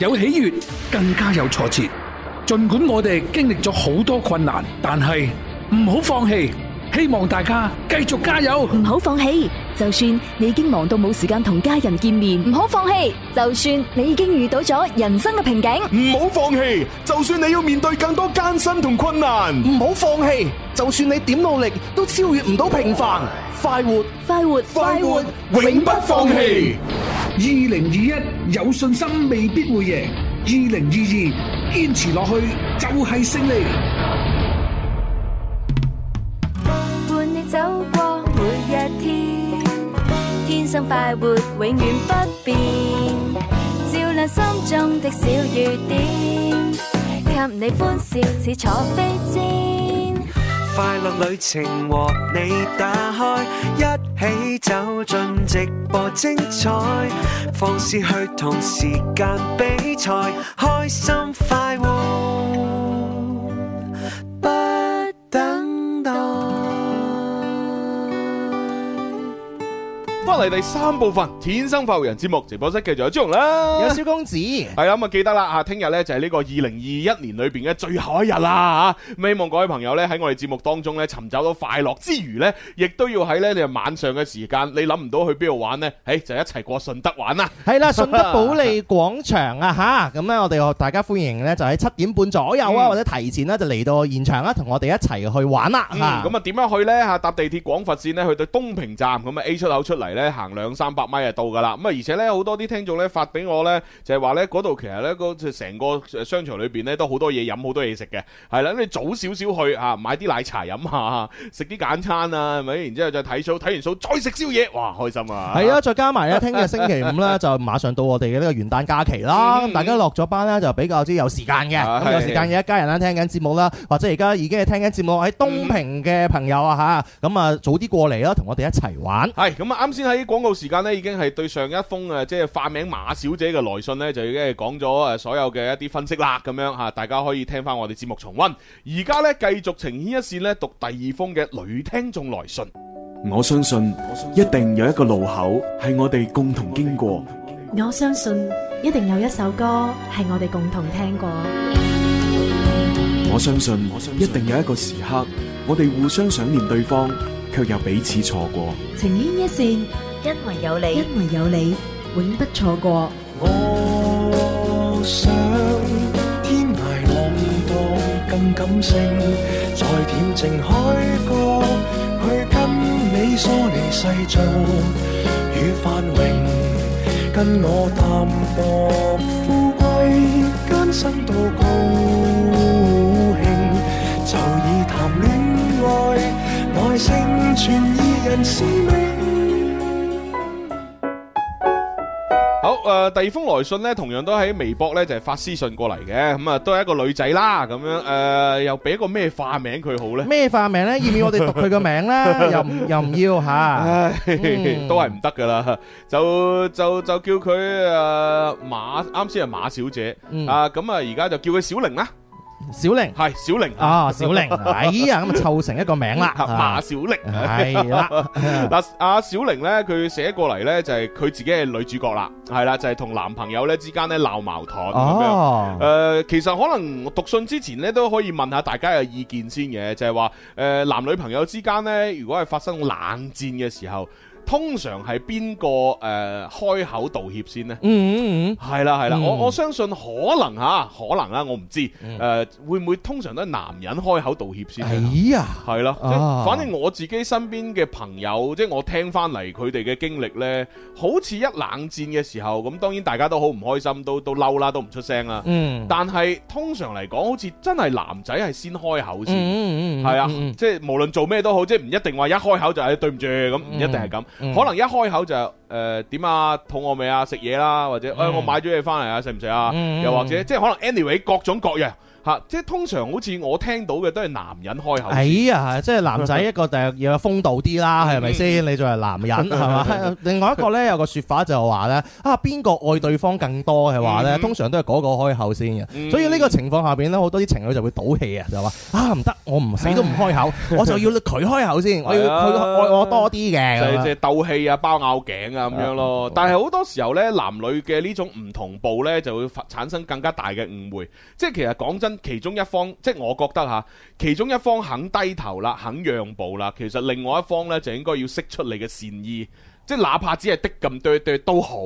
S5: 有喜悦，更加有挫折。尽管我哋经历咗好多困难，但系唔好放弃，希望大家继续加油。
S6: 唔好放棄，就算你已經忙到冇時間同家人見面，唔好放棄。就算你已經遇到咗人生嘅瓶頸，
S7: 唔好放弃，就算你要面对更多艰辛同困难。
S8: 唔好放棄，就算你點努力都超越唔到平凡，快活
S6: 快活，
S8: 快活，永不放棄。
S5: 二零二一有信心未必會贏，二零二二堅持落去就係勝利。
S1: 伴你走過每一天，天生快活，永遠不變。照亮心中的小雨點，給你歡笑似坐飛氈。
S11: 快樂旅程和你打開，一起走進直播精彩，放肆去同時間比賽，開心快活，不等待。
S2: 翻嚟第三部分《天生發育人》節目直播室繼續有朱紅啦，
S3: 有蕭公子，
S2: 系啦，咁啊記得啦啊，聽日咧就係呢個二零二一年裏边嘅最後一日啦吓，咁希望各位朋友咧喺我哋節目當中咧尋找到快樂之餘咧，亦都要喺咧你晚上嘅時間，你諗唔到去邊度玩咧，诶就一齊過順德玩啦，
S3: 係 啦，順德保利廣場啊吓，咁咧我哋大家歡迎咧就喺七點半左右啊，
S2: 嗯
S3: 或者提前咧就嚟到現場啦，啊同我哋一齊去玩啦
S2: 嗯
S3: 嚇
S2: 咁啊點樣去咧吓？搭地鐵廣佛線咧去到東平站，咁啊 A 出口出嚟咧行兩三百米就到噶啦，咁啊而且咧好多啲聽眾咧發俾我咧就係話咧嗰度其實咧個成個呃商場裏边咧都好多嘢飲，好多嘢食嘅。係啦，咁你早少少去啊，買啲奶茶飲下，食啲簡餐啊，係咪？然之後再睇 show，睇完 show 再食宵夜，哇，開心啊！
S3: 係啊，再加埋咧，聽日星期五 咧就馬上到我哋嘅呢個元旦假期啦。
S2: 嗯
S3: 咁大家落咗班咧就比較之有時間嘅，
S2: 啊
S3: 咁有時間嘅一家人啦，聽緊節目啦，或者而家已經係聽緊節目喺東平嘅朋友啊吓，咁啊早啲過嚟啦，同我哋一齊 玩。
S2: 係咁啊！啱先喺廣告時間呢，已經係對上一封呃誒，即係化名馬小姐嘅來信呢，就已經係講咗誒呃所有嘅一啲分析啦，咁樣嚇，大家可以聽翻我哋節目重温。而家呢，繼續情牽一線呢，讀第二封嘅女聽眾來信。
S7: 我相信一定有一个路口系我哋共同经过，
S9: 我相信一定有一首歌係我哋共同聽過，
S7: 我相信一定有一个时刻，我哋互相想念对方，却又彼此错过。
S9: 情牽一線，
S1: 因為有你。
S9: 因為有你，永不錯過。
S4: 我想天涯浪蕩更感性，在恬靜海角去跟你梳理世俗與繁榮，跟我淡薄富貴艱辛到高興，就以談戀愛耐性傳意人使命。
S2: 好誒、呃第二封來信呢，同樣都喺微博呢，就係、發私信過嚟嘅，咁啊都係一個女仔啦，咁樣誒、呃又俾一個咩化名佢好呢？
S3: 咩化名咧？要唔要我哋讀佢個名咧？又唔又唔要 吓？
S2: 唉，
S3: 嗯
S2: 都係唔得噶啦， 就就就叫佢诶马，啱先係馬小姐
S3: 嗯
S2: 啊，咁啊而家就叫佢小玲啦，
S3: 小玲
S2: 係小玲
S3: 啊，小 玲，哎呀，咁啊湊成一個名 啦，啊
S2: 馬小玲。
S3: 係啦，
S2: 嗱，阿小玲呢，佢寫過嚟呢，就係佢自己係女主角啦，係啦，就係同男朋友呢之間呢鬧矛盾咁樣。
S3: 哦
S2: 誒、。其實可能讀信之前咧，都可以問下大家嘅意見先嘅，就係話誒男女朋友之間呢，如果係發生冷戰嘅時候，通常係邊個誒開口道歉先呢？
S3: 嗯嗯
S2: 係啦係啦，
S3: 嗯
S2: 我我相信可能嚇，可能啊啦，我唔知誒、呃會唔會通常都係男人開口道歉
S3: 嗯，
S2: 先
S3: 哎
S2: 呢？
S3: 呀，
S2: 係啦，即
S3: 啊
S2: 係反正我自己身邊嘅朋友，即係我聽翻嚟佢哋嘅經歷呢，好似一冷戰嘅時候，咁當然大家都好唔開心，都都嬲啦，都唔出聲啦。
S3: 嗯，
S2: 但係通常嚟講，好似真係男仔係先開口先，
S3: 嗯嗯嗯，
S2: 係啊，
S3: 嗯
S2: 即係無論做咩都好，即係唔一定話一開口就係哎對唔住咁，唔一定係咁，
S3: 嗯
S2: 可能一開口就誒點啊，肚餓未啊，食嘢啦，或者誒
S3: 嗯
S2: 我買咗嘢翻嚟啊，食唔食啊
S3: 嗯，
S2: 又或者即係可能 anyway 各種各樣。吓，即係通常好似我聽到嘅都係男人開口
S3: 哎
S2: 先。
S3: 呀，即係男仔一個就要有風度啲啦，係咪先？你作為男人係嘛？ 另外一個咧有個説法就話咧，啊邊個愛對方更多嘅話咧，
S2: 嗯
S3: 通常都係嗰個開口先
S2: 嗯
S3: 嘅。所以呢個情況下邊咧，好多啲情侶就會賭氣啊，就話啊唔得，我唔死都唔開 口，我就要佢開口先，我要佢愛我多啲 嘅。
S2: 就
S3: 咁
S2: 係
S3: 樣
S2: 即係鬥氣啊、包拗頸啊咁樣咯。但係好多時候呢，男女嘅呢種唔同步呢，就會發產生更加大嘅誤會。即係其實講真，其中一方，即係我覺得吓，其中一方肯低頭啦、肯讓步啦，其實另外一方呢，就應該要釋出你嘅善意。即係哪怕只係的咁多多都好，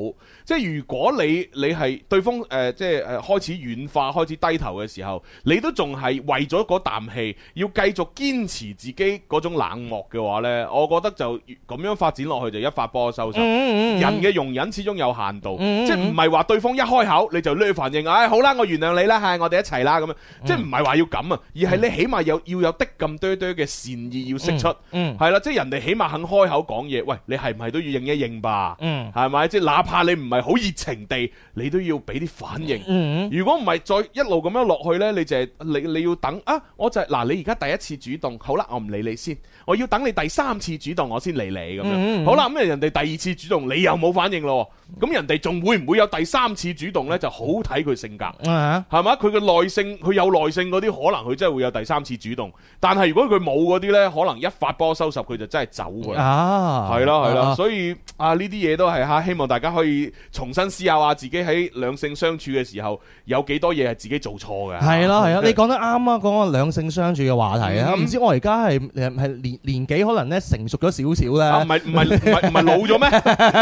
S2: 即係如果你你係對方誒、呃即係誒、呃、開始軟化、開始低頭嘅時候，你都仲係為咗嗰啖氣，要繼續堅持自己嗰種冷漠嘅話呢，我覺得就咁樣發展落去就一發波收手。
S3: 嗯嗯嗯
S2: 人嘅容忍始終有限度，
S3: 嗯嗯
S2: 即係唔係話對方一開口你就呢反應，唉、好啦，我原諒你啦，係我哋一齊啦咁樣，
S3: 嗯
S2: 即係唔係話要咁啊，而係你起碼有要有的咁多多嘅善意要釋出。
S3: 嗯
S2: 係啦，即係人哋起碼肯開口講嘢，喂，你係唔係都要應一應吧？
S3: 嗯
S2: 係咪？即係哪怕你唔係好熱情地，你都要俾啲反應。
S3: 嗯
S2: 如果唔係再一路咁樣落去呢，你就係、你你要等啊！我就係嗱，你而家第一次主動，好啦，我唔理你先，我要等你第三次主動，我先理你咁樣。
S3: 嗯嗯
S2: 好啦，咁人哋第二次主動，你又冇反應咯，咁人哋仲會唔會有第三次主動呢？就好睇佢性格。
S3: 嗯啊
S2: 係嘛？佢嘅耐性，佢有耐性嗰啲，可能佢真係會有第三次主動。但係如果佢冇嗰啲呢，可能一發波收拾，佢就真係走㗎啦。
S3: 啊，
S2: 係啦係啦，
S3: 啊
S2: 所以啊呢啲嘢都係吓，希望大家可以重新思考下自己喺兩性相處嘅時候，有幾多嘢係自己做錯嘅。
S3: 係咯係咯，你講得啱啊！講個兩性相處嘅話題啊，
S2: 嗯
S3: 唔知我而家係呃係係年年紀可能咧成熟咗少少咧
S2: 啊唔。係唔係唔係唔係老咗咩？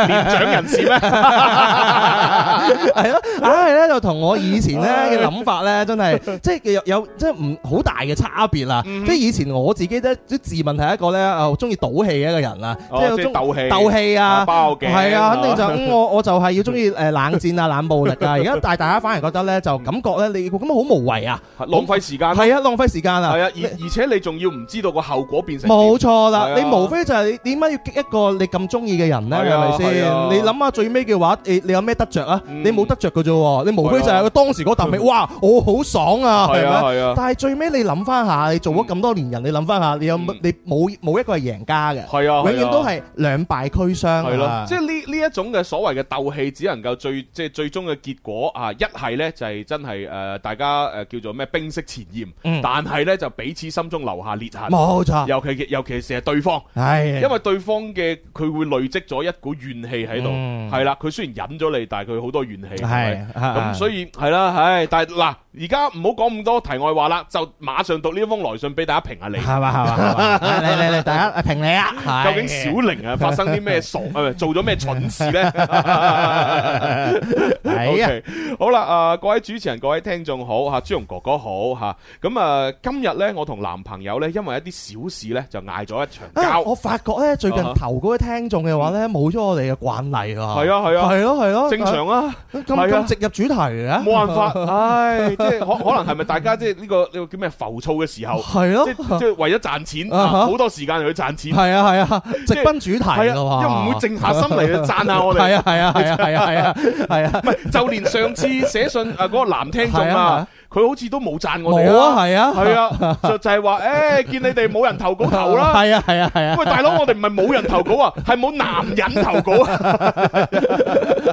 S2: 年長人士咩？
S3: 係咯，硬係咧就同我以前咧嘅諗法咧，真 係即係有有即係唔好大嘅差別啦。
S2: 嗯
S3: 即係以前我自己咧，都自問係一個咧啊中意賭氣嘅一個人啦，
S2: 哦
S3: 係
S2: 即係鬥氣
S3: 鬥氣
S2: 啊
S3: 啊，
S2: 包嘅
S3: 係啊，肯定 就嗯我我就係要中意誒冷戰啊、冷暴力啊。而家但係大家反而覺得咧，就感覺咧你咁好無謂啊，
S2: 浪費時間。係
S3: 係啊，浪費時間
S2: 啊，
S3: 啊
S2: 而。而且你仲要唔知道個後果變成點
S3: 冇錯
S2: 係
S3: 啦，
S2: 啊
S3: 你無非就係你點解要激一個你咁中意嘅人呢？
S2: 係
S3: 係
S2: 啊
S3: 咪先
S2: 係啊？
S3: 你諗下最尾嘅話，你你有咩得着啊？
S2: 嗯
S3: 你冇得着嘅啫喎，你無非就
S2: 係啊
S3: 係當時嗰啖氣，哇，我好爽啊，係
S2: 係啊係
S3: 咪
S2: 啊？
S3: 但係最尾你諗翻下，你做咗咁多年人，你諗翻下，你有
S2: 嗯
S3: 冇你冇冇一個係贏家嘅，
S2: 係啊，
S3: 永
S2: 係啊
S3: 遠都係兩敗俱傷
S2: 係咯
S3: 啊，
S2: 即係呢呢一種嘅所謂嘅鬥氣，只能夠最即係最終嘅結果啊！一係呢就係真係誒、呃大家誒、呃叫做咩冰釋前嫌，
S3: 嗯
S2: 但係呢就彼此心中留下裂痕，
S3: 冇啊嗯錯，
S2: 尤其尤其是係對方。
S3: 係
S2: 因為對方嘅佢會累積咗一股怨氣喺度，
S3: 嗯
S2: 係啦、佢雖然忍咗你，但係佢好多怨氣，係咪
S3: 係
S2: 咁
S3: 咁
S2: 所以係啦，唉，但係嗱，而家唔好講咁多題外話啦，就馬上讀呢一封來信俾大家評下你，
S3: 係嘛係 嘛，嚟嚟嚟，大家評你啊，係
S2: 究竟小玲啊發生啲咩傻誒做咗咩蠢事 呢？
S3: 係啊
S2: OK，好啦，啊、各位主持人、各位聽眾好吓，朱容哥哥好吓，咁啊、今日呢，我同男朋友呢，因為一啲小事呢，就嗌咗一場
S3: 啊！
S2: 交。
S3: 我發覺咧，最近
S2: 啊
S3: 投嗰啲聽眾嘅話咧，冇咗我哋嘅慣例啊。
S2: 係啊係啊
S3: 係咯係咯，
S2: 正常啊，
S3: 咁
S2: 係啊
S3: 咁直入主題嘅，
S2: 冇辦法，唉，即係可可能係咪大家即係呢個呢個叫咩浮躁嘅時候，
S3: 係咯
S2: 即，係即係為咗賺錢，
S3: 哦啊哈
S2: 好多時間去賺 錢，
S3: 係啊係啊，直奔主題
S2: 係
S3: 㗎
S2: 啊，
S3: 喎
S2: 又唔會靜下心嚟去讚下我哋
S3: 係。啊係 啊係啊係啊係啊係啊，
S2: 唔係，就連上次寫信啊嗰個男聽眾
S3: 係
S2: 啊
S3: 啊，
S2: 佢好似都冇讚我哋
S3: 冇啊，係啊
S2: 係啊，就就係話，誒，見你哋冇人投稿投啦。
S3: 係啊係啊係啊
S2: 喂，大佬，我哋唔係冇人投稿啊，係冇男人投 稿啊。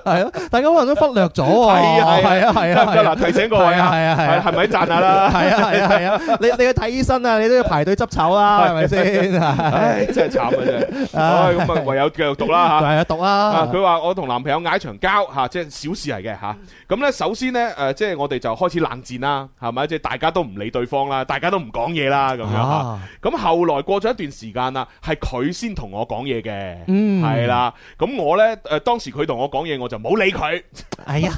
S3: 係啊，大家可能都忽略咗喎，
S2: 係啊
S3: 係啊係
S2: 得唔
S3: 啊
S2: 得嗱，提醒各位啊，
S3: 係啊係啊係啊
S2: 係咪讚下啦？
S3: 係啊係啊係啊，你 你去睇醫生啊，你都要排隊執籌啦，係咪先？
S2: 唉，真係慘啊，真係。唉，咁啊，唯有繼續讀啦吓。
S3: 係啊，讀
S2: 啊！
S3: 啊，
S2: 佢話我同男朋友嗌場交嚇，即係小事嚟嘅嚇。咁咧，首先咧誒，即係我哋就開始冷戰啦，係咪？即係大家都唔理對方啦，大家都唔講嘢啦，咁樣
S3: À.
S2: 嚇。
S3: 啊，
S2: 咁後來過咗一段時間啦，係佢先同我講嘢嘅，
S3: 嗯
S2: 係啦。咁我咧誒，當時佢同我講嘢，我就冇 理佢，
S3: 哎呀，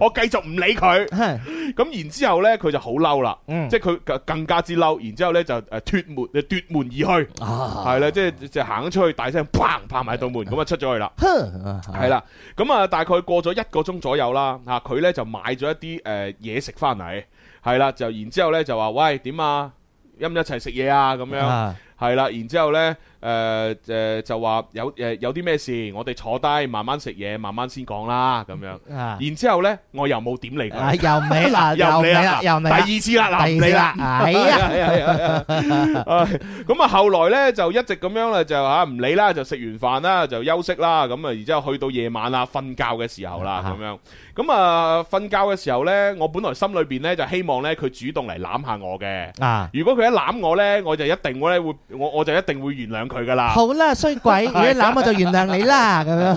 S2: 我繼續唔理佢。
S3: 係
S2: 咁然之後咧，佢就好嬲啦，
S3: 嗯
S2: 即係佢更更加之嬲。然之後咧就誒脱門誒奪門而去，
S3: 啊，
S2: 係啦，即係就行咗出去，大聲砰拍埋道門，咁啊出咗去啦。
S3: 哼，
S2: 係啦，咁啊，大概過咗一個鐘左右啦，吓佢呢就買咗一啲誒嘢食翻嚟，係啦，就然之後咧就話喂點啊，一唔一齊食嘢啊咁樣，
S3: 啊，
S2: 係啦，然之後呢，誒誒就話有誒有啲咩事，我哋坐低慢慢食嘢，慢慢先講啦咁樣。
S3: 啊
S2: 然之後呢，我又冇點理
S3: 啊
S2: 佢，
S3: 又唔理啦
S2: 又唔理啦，
S3: 又唔理啊啦
S2: 第二次啦，嗱
S3: 第
S2: 唔
S3: 二
S2: 理
S3: 次
S2: 啦
S3: 啦， 係啊
S2: 係係係係唉咁啊，後來咧就一直咁樣啦，就吓唔理啦，就食完飯啦，就休息啦，咁啊，然之後去到夜晚啦，瞓覺嘅時候啦，咁樣，咁啊，瞓覺嘅時候咧，我本來心裏邊咧就希望咧佢主動嚟攬下我嘅，
S3: 啊
S2: 如果佢一攬我咧，我就一定咧會，我我就一定會原諒佢噶啦。
S3: 好啦，衰鬼，如果攬我就原諒你啦，咁樣。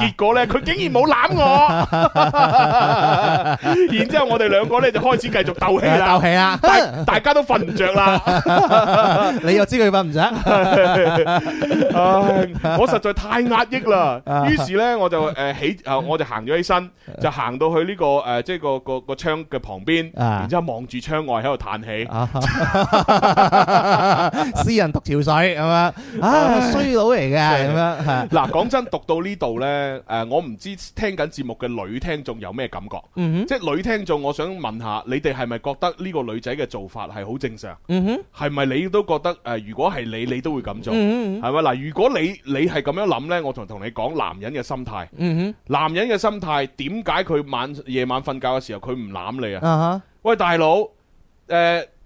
S2: 結果咧，佢竟然冇攬我， 然之後我哋兩個咧就開始繼續鬥氣啦，
S3: 鬥氣啦
S2: 大大家都瞓唔着啦。
S3: 你又知佢瞓唔 着？
S2: 唉，我實在太壓抑啦，
S3: 啊
S2: 於是呢，我就誒起誒，我就行咗起身，就行到去呢個誒，即係個個個窗嘅旁邊，
S3: 啊
S2: 然之後望住窗外喺度嘆氣。
S3: 私人讀潮水咁樣，啊，衰佬嚟嘅咁樣嚇。
S2: 嗱，講真，讀到呢度呢，誒，我唔知聽緊節目嘅女聽眾有咩感覺，
S3: 嗯哼
S2: 即係女聽眾，我想問下，你哋係咪覺得呢個女仔嘅做法係好正常？
S3: 嗯哼。
S2: 係咪你都覺得誒、呃如果係你，你都會咁做，係
S3: 嗯嗯嗯
S2: 咪嗱？如果你你係咁樣諗呢，我同同你講男人嘅心態，
S3: 嗯
S2: 男人嘅心態點解佢晚夜晚瞓覺嘅時候佢唔攬你
S3: 哼，
S2: 啊？
S3: 啊
S2: 喂，大佬，誒、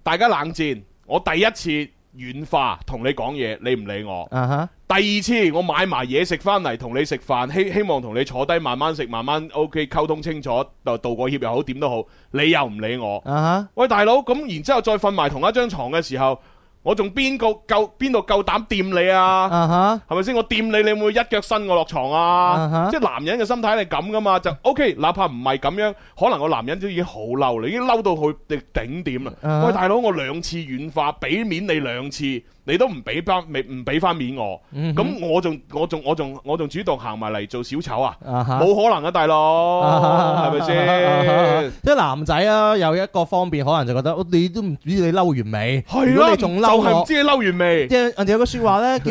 S2: 大家冷戰，我第一次軟化同你講嘢，你唔理我。
S3: 哈，啊哈，
S2: 第二次我買埋嘢食翻嚟同你食飯，希希望同你坐低慢慢食，慢慢 OK 溝通清楚，就道個歉又好，點都好，你又唔理我。
S3: 啊
S2: 喂，大佬，咁然之後再瞓埋同一張床嘅時候，我仲邊個夠邊度夠膽掂你
S3: 哈，
S2: 啊？
S3: 啊哈，
S2: 係咪先？我掂你，你會唔會一腳伸我落床
S3: 啊
S2: 啊？
S3: 哈
S2: 即係男人嘅心態係咁噶嘛？就 O K，哪怕唔係咁樣，可能個男人都已經好嬲啦，已經嬲到去頂點啦。
S3: 啊哈
S2: 喂，大佬，我兩次軟化，俾面你兩次，你都唔俾翻，未唔俾翻面我，
S3: 嗯
S2: 咁、我仲我仲我仲我仲主動行埋嚟做小丑啊？
S3: 啊哈。
S2: 冇可能啊，大佬，
S3: Uh-huh
S2: 係咪先？
S3: 即係男仔啊，有一個方面可能就覺得，哦你都唔知你嬲完未？
S2: 係
S3: 如果
S2: 啦，
S3: 你仲嬲
S2: 就係
S3: 我
S2: 唔，知你嬲完未？
S3: 即係人哋有個説話咧，叫誒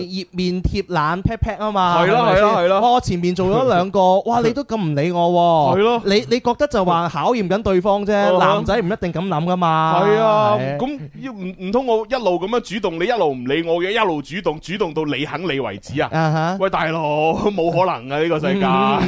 S3: 葉面貼冷 pat pat 啊嘛，
S2: 係啦
S3: 咪先
S2: 係啦係啦
S3: 哇我前面做咗兩 個，哇！你都咁唔理我喎，
S2: 係咯
S3: 你你覺得就話考驗緊對方啫
S2: 啊，哈
S3: 男仔唔一定咁諗噶嘛，
S2: 系啊，
S3: 係
S2: 咁要唔唔通我一路咁樣主動，你一路唔理我嘅，一路主動，主動到你肯理為止啊？
S3: 啊嗯哈。
S2: 喂，大佬， 冇可能啊！呢個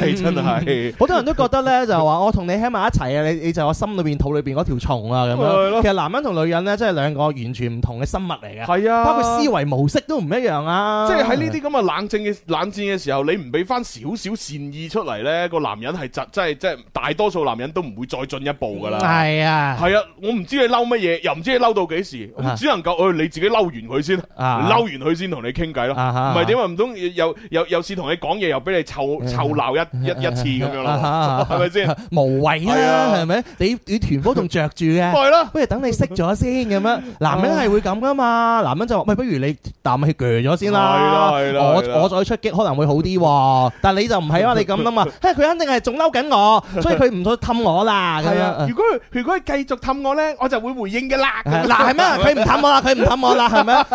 S2: 世界真係
S3: 好多人都覺得咧，就話 我同你喺埋一齊啊，你你就係我心裏邊肚裏邊嗰條蟲啊咁
S2: 係咯
S3: 樣。其實男人同女人咧，真係兩個完全唔同嘅生物嚟嘅，
S2: 係啊，
S3: 包括思。維模式都唔一樣啊。
S2: 即係喺呢啲咁嘅冷靜嘅冷戰嘅時候，你唔俾翻少少善意出嚟呢個男人係真真係即係大多數男人都唔會再進一步噶啦。
S3: 係啊，
S2: 係啊，我唔知你嬲乜嘢，又唔知你嬲到幾時，
S3: 啊
S2: 只能夠誒哎你自己嬲完佢先，
S3: 啊
S2: 嬲完佢先同你傾偈咯。
S3: 啊哈
S2: 唔係點啊？唔通又又又試同你講嘢，又俾你臭臭鬧 一一一次咁樣
S3: 啊
S2: 咯？係咪先？
S3: 無謂
S2: 係
S3: 啦，
S2: 啊
S3: 係咪？你你團波仲着 住嘅。
S2: 係咯，
S3: 不如等你識咗先咁 樣，男人係會咁噶嘛？男人就話：喂，不如你啖氣鋸咗先啦，
S2: 係啦係啦係啦
S3: 我我再出擊可能會好啲喎。但你就唔係啊嘛，你咁 諗啊，嘿，佢肯定係仲嬲緊我，所以佢唔再氹我啦。咁
S2: 係啊。
S3: 樣
S2: 如果佢如果佢繼續氹我咧，我就會回應嘅啦。
S3: 嗱係咩？ 佢唔氹我啦，佢唔氹我啦，係咪？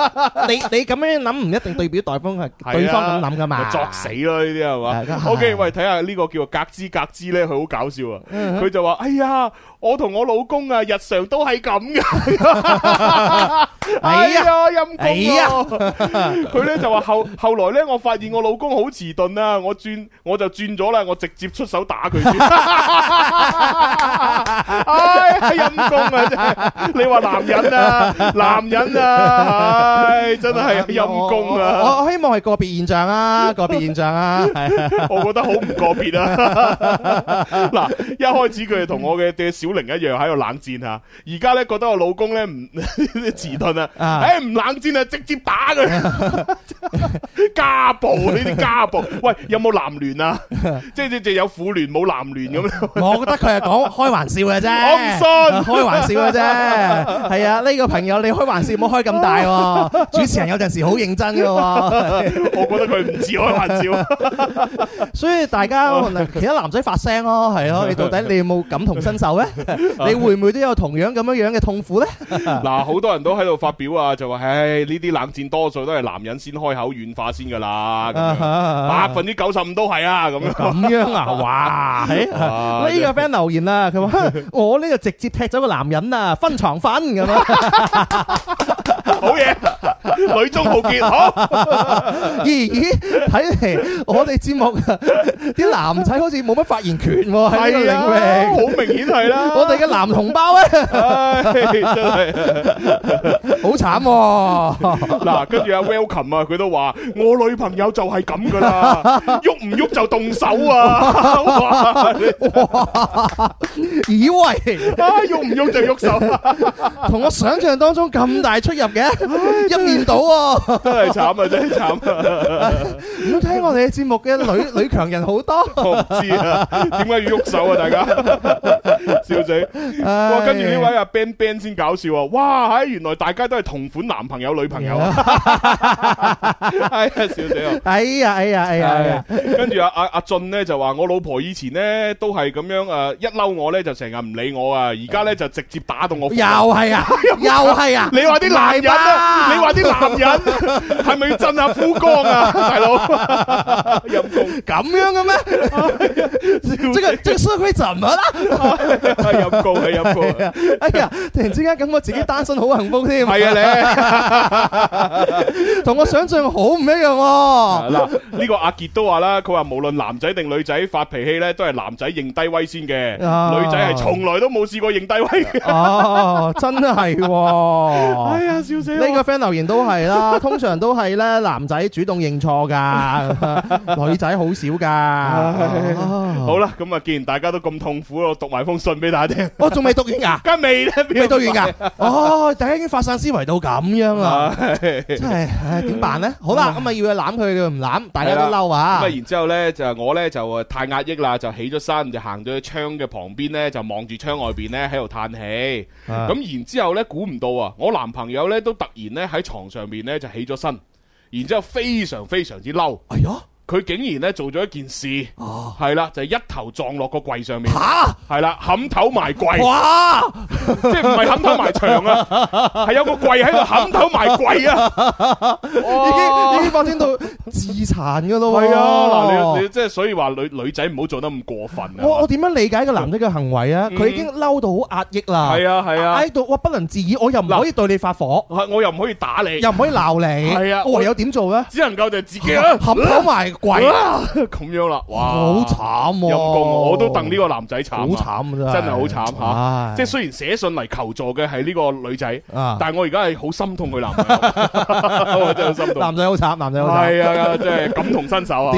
S3: 你你咁樣諗唔一定代表對方係對方咁諗噶嘛？
S2: 啊咪作死咯！呢啲係嘛
S3: 係
S2: ？OK，喂，睇下呢個叫格之格之咧，佢好搞笑啊！
S3: 嗯
S2: 佢就話：哎呀，我同我老公啊，日常都係咁噶。哎
S3: 哎
S2: 呀
S3: 呀，
S2: 陰
S3: 哎
S2: 公啊！ 佢咧就話後後來咧，我發現我老公好遲鈍啊，我轉我就轉咗啦，我直接出手打佢先。 唉，陰公啊！真係，你話男人啊，男人啊，唉，真係陰公啊！
S3: 我我希望係個別現象 啊，個別現象啊，係啊
S2: 我覺得好唔個別啊！ 嗱，一開始佢哋同我嘅嘅小玲一樣喺度冷戰嚇，而家咧覺得我老公咧唔 遲鈍啊，
S3: 啊
S2: 誒唔冷戰啊，直接打佢， 家暴啊呢啲家暴，喂有冇男 聯啊？即係即係有婦聯冇男聯咁樣。
S3: 我覺得佢係講開玩笑嘅啫，
S2: 我唔信
S3: 開玩笑嘅啫，係啊，呢個朋友你開玩笑唔好開咁大喎，主持人有陣時好認真嘅喎，
S2: 我覺得佢唔似開玩笑，
S3: 所以大家可能其他男仔發聲咯，係咯，你到底你有冇感同身受 咧？你會唔會都有同樣咁樣樣嘅痛苦咧？
S2: 嗱好多人都喺度發表啊，就話唉呢啲冷戰多數都係男人先開口軟化先噶啦，咁
S3: 啊哈
S2: 樣
S3: 啊
S2: 百
S3: 哈
S2: 分之九十五都係啊，咁樣
S3: 咁樣啊， 哇！喺
S2: 哇
S3: 呢個 friend 留言啦，佢話 哼我呢個直接踢走個男人啊，分床瞓咁啊 樣。
S2: 好嘢，女中豪傑，好。
S3: 咦咦，睇嚟我哋節目啊啲男仔好似冇乜發言權喎喺呢
S2: 係
S3: 個
S2: 啊，
S3: 領
S2: 好
S3: 域。
S2: 明顯係啦，
S3: 我哋嘅男同胞啊咧，
S2: 唉真係
S3: 好慘喎！
S2: 嗱，跟住阿 Welcome 啊，佢都話我女朋友就係咁噶啦，喐唔喐就動手啊，哇
S3: 以為
S2: 啊喐唔喐就喐手，
S3: 同我想象當中咁大出入嘅，一面倒喎。
S2: 真係慘啊，真係慘啊，
S3: 唔好聽我哋嘅節目嘅女女強人好
S2: 我
S3: 多。
S2: 唔知啊，點解要喐手啊，大家，笑死！哇，跟住呢位阿 Ben Ben 先搞笑啊，哇，唉，原來大家都係同款男朋友女 朋友啊，哎呀，笑死我！
S3: 哎呀哎呀哎呀哎呀！
S2: 跟住阿阿阿俊咧就話：我老婆以前咧都係咁樣誒，一嬲我咧就成日唔理我啊，而家咧就直接打到我。
S3: 又係啊，又係啊！
S2: 你話啲男人
S3: 大
S2: 啊，
S3: 把
S2: 你話啲男人係咪要震下夫江啊，大佬？陰公，
S3: 咁樣嘅咩？即係即係社會怎麼啦？
S2: 陰公係陰啊公，
S3: 哎呀，突然之間感覺自己單身好幸福添，
S2: 係啊你。
S3: 同我想象好唔一樣喎。
S2: 嗱，呢個阿杰都話啦，佢話無論男仔定女仔發脾氣咧，都係男仔認低威先嘅，
S3: 啊
S2: 女仔係從來都冇試過認低威 嘅。
S3: 哦，真係
S2: 哎
S3: 喎。
S2: 呀，笑死我！
S3: 呢個 friend 留言都係啦，通常都係咧男仔主動認錯㗎，女仔好少㗎。
S2: 好啦，咁啊，既然大家都咁痛苦，我讀埋封信俾大家聽。
S3: 我仲未讀完㗎，
S2: 梗係未咧，
S3: 未讀完㗎。哦，大家已經發散思維到咁樣啦。
S2: 唉
S3: 真係，唉，點辦咧？好啦，咁啊要佢攬佢，佢唔攬，大家都嬲
S2: 咁
S3: 啊
S2: 啊，！然之後咧就我咧就誒太壓抑啦，就起咗身，就行咗去窗嘅旁邊咧，就望住窗外邊咧喺度嘆氣。
S3: 啊
S2: 咁然之後咧，估唔到啊，我男朋友咧都突然咧喺床上面咧就起咗身，然之後非常非常之嬲，
S3: 哎呀，
S2: 佢竟然咧做咗一件事，係啦，就係一頭撞落個櫃上面，
S3: 哦吓，
S2: 係啦，冚頭埋櫃。
S3: 哇，
S2: 即係唔係冚頭埋牆啊，係有個櫃喺度冚頭埋櫃啊！
S3: 已經已
S2: 哇
S3: 經發展到自殘噶咯喎！
S2: 係啊，嗱，你你即係所以話女女仔唔好做得咁過分啊！
S3: 我我點樣理解個男仔嘅行為啊？
S2: 嗯
S3: 佢已經嬲到好壓抑啦，
S2: 係啊係啊
S3: 嗌到哇不能自已，我又唔可以對你發火，
S2: 係啊我又唔可以打你，
S3: 又唔可以鬧你，
S2: 係啊
S3: 我唯有點做咧？
S2: 只能夠就自己啊
S3: 合口埋櫃，
S2: 啊咁樣啦，哇！
S3: 好慘喎！
S2: 陰公，我都戥呢個男仔
S3: 好
S2: 慘啊，
S3: 慘啊！
S2: 真係好慘吓。
S3: 唉
S2: 即係雖然寫信嚟求助嘅係呢個女仔，
S3: 啊
S2: 但係我而家係好心痛佢男朋 友，我真係好心痛
S3: 男。仔好慘，男仔好慘。
S2: 係啊，真係感同身受啊！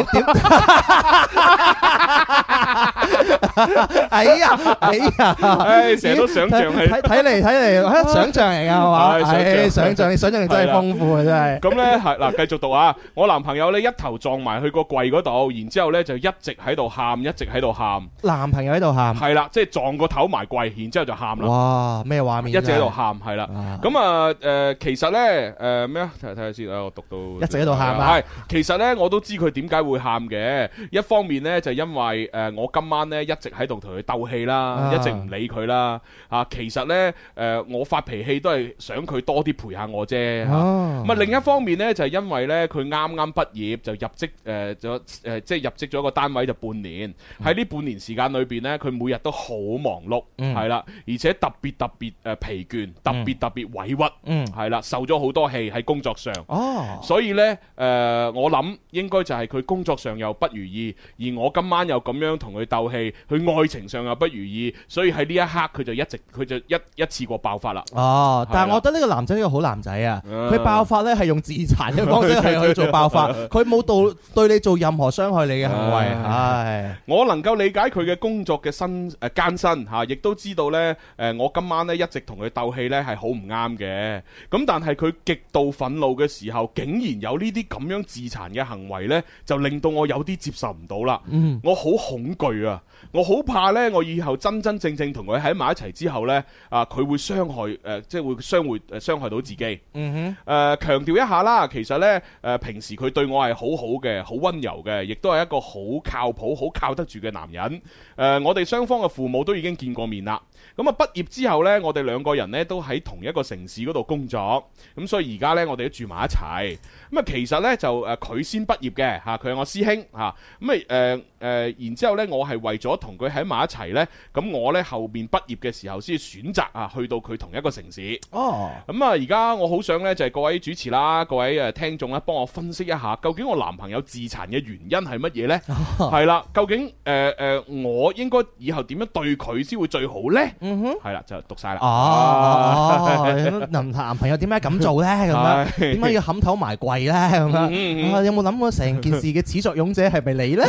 S3: 哎呀，哎呀，
S2: 唉成日都想像係
S3: 睇睇嚟睇嚟，啊想像嚟㗎係嘛？
S2: 係想像
S3: 唉想像，你想像力真係豐富啊！真係。
S2: 咁呢，係嗱，繼續讀啊！我男朋友呢，一頭撞埋去個櫃嗰度，然之後咧就一直喺度喊，一直喺度喊，
S3: 男朋友喺度喊，
S2: 係啦，即係撞個頭埋櫃，然之後就喊啦，
S3: 哇，咩畫面啊
S2: 啊
S3: 真
S2: 一
S3: 係？
S2: 直喺度喊，係啦。
S3: 啊。
S2: 咁啊，誒，其實呢，誒咩啊？睇睇下先啊，我讀到
S3: 一直喺度喊啊
S2: 係，其實呢，我都知佢點解會喊嘅。一方面呢，就因為誒我今晚呢，一直喺度同佢鬥氣啦，
S3: 啊
S2: 一直唔理佢啦。啊，其實呢，誒我發脾氣都係想佢多啲陪下我啫。嚇
S3: 哦
S2: 咁啊，另一方面呢，就係、因為呢，佢啱啱畢業就入職誒咗誒，即係入職咗個單位就半年。喺呢半年時間裏邊呢，佢每日都好忙碌，
S3: 嗯
S2: 係啦、而且特別特別誒疲倦，特別特別委屈，
S3: 嗯
S2: 係啦、受咗好多氣喺工作上。
S3: 哦，
S2: 所以呢，誒、呃我諗應該就係佢工作上又不如意，而我今晚又咁樣同佢鬥氣，佢愛情上又不如意，所以喺呢一刻佢就一直佢就一一次過爆發啦。
S3: 哦，但
S2: 係啊
S3: 係
S2: 啦
S3: 我覺得呢個男仔係一個好男仔啊！
S2: 嗯
S3: 佢爆發咧係用自殘嘅方式係去做爆 發，佢冇到對你做任何傷害你嘅行為，唉，
S2: 我能夠理解佢嘅工作嘅辛誒艱辛嚇，亦都知道呢，誒、呃我今晚呢一直同佢鬥氣呢係好唔啱嘅。咁但係佢極度憤怒嘅時候，竟然有呢啲咁樣自殘嘅行為呢，就令到我有啲接受唔到啦。我好恐懼啊！我我好怕呢，我以後真真正正同佢喺埋一齊之後呢，啊，佢會傷害誒、呃即係會傷會誒傷害到自己。
S3: 嗯
S2: 誒呃強調一下啦，其實呢，誒、呃平時佢對我係好好嘅，好温柔嘅，亦都係一個好靠譜、好靠得住嘅男人。誒、呃我哋雙方嘅父母都已經見過面啦。咁啊，畢業之後呢，我哋兩個人呢都喺同一個城市嗰度工作，咁所以而家呢，我哋都住埋一齊。咁啊，其實呢，就誒佢先畢業嘅嚇，佢係我師兄嚇。咁啊誒誒，然之後呢，我係為咗同佢喺埋一齊呢，咁我呢後面畢業嘅時候先選擇啊去到佢同一個城市。
S3: 哦，
S2: 咁啊，而家我好想呢，就係各位主持啦，各位誒聽眾啦，幫我分析一下，究竟我男朋友自殘嘅原因係乜 嘢呢？
S3: 哦
S2: 係啦，究竟誒誒，我應該以後點樣對佢先會最好呢？
S3: 嗯哼。
S2: 係啦，就讀晒啦。
S3: 哦，咁男男朋友點解咁做咧？咁樣
S2: 係
S3: 點解要冚頭埋櫃咧？咁
S2: 嗯嗯
S3: 樣啊有冇諗過成件事嘅始作俑者係咪你咧？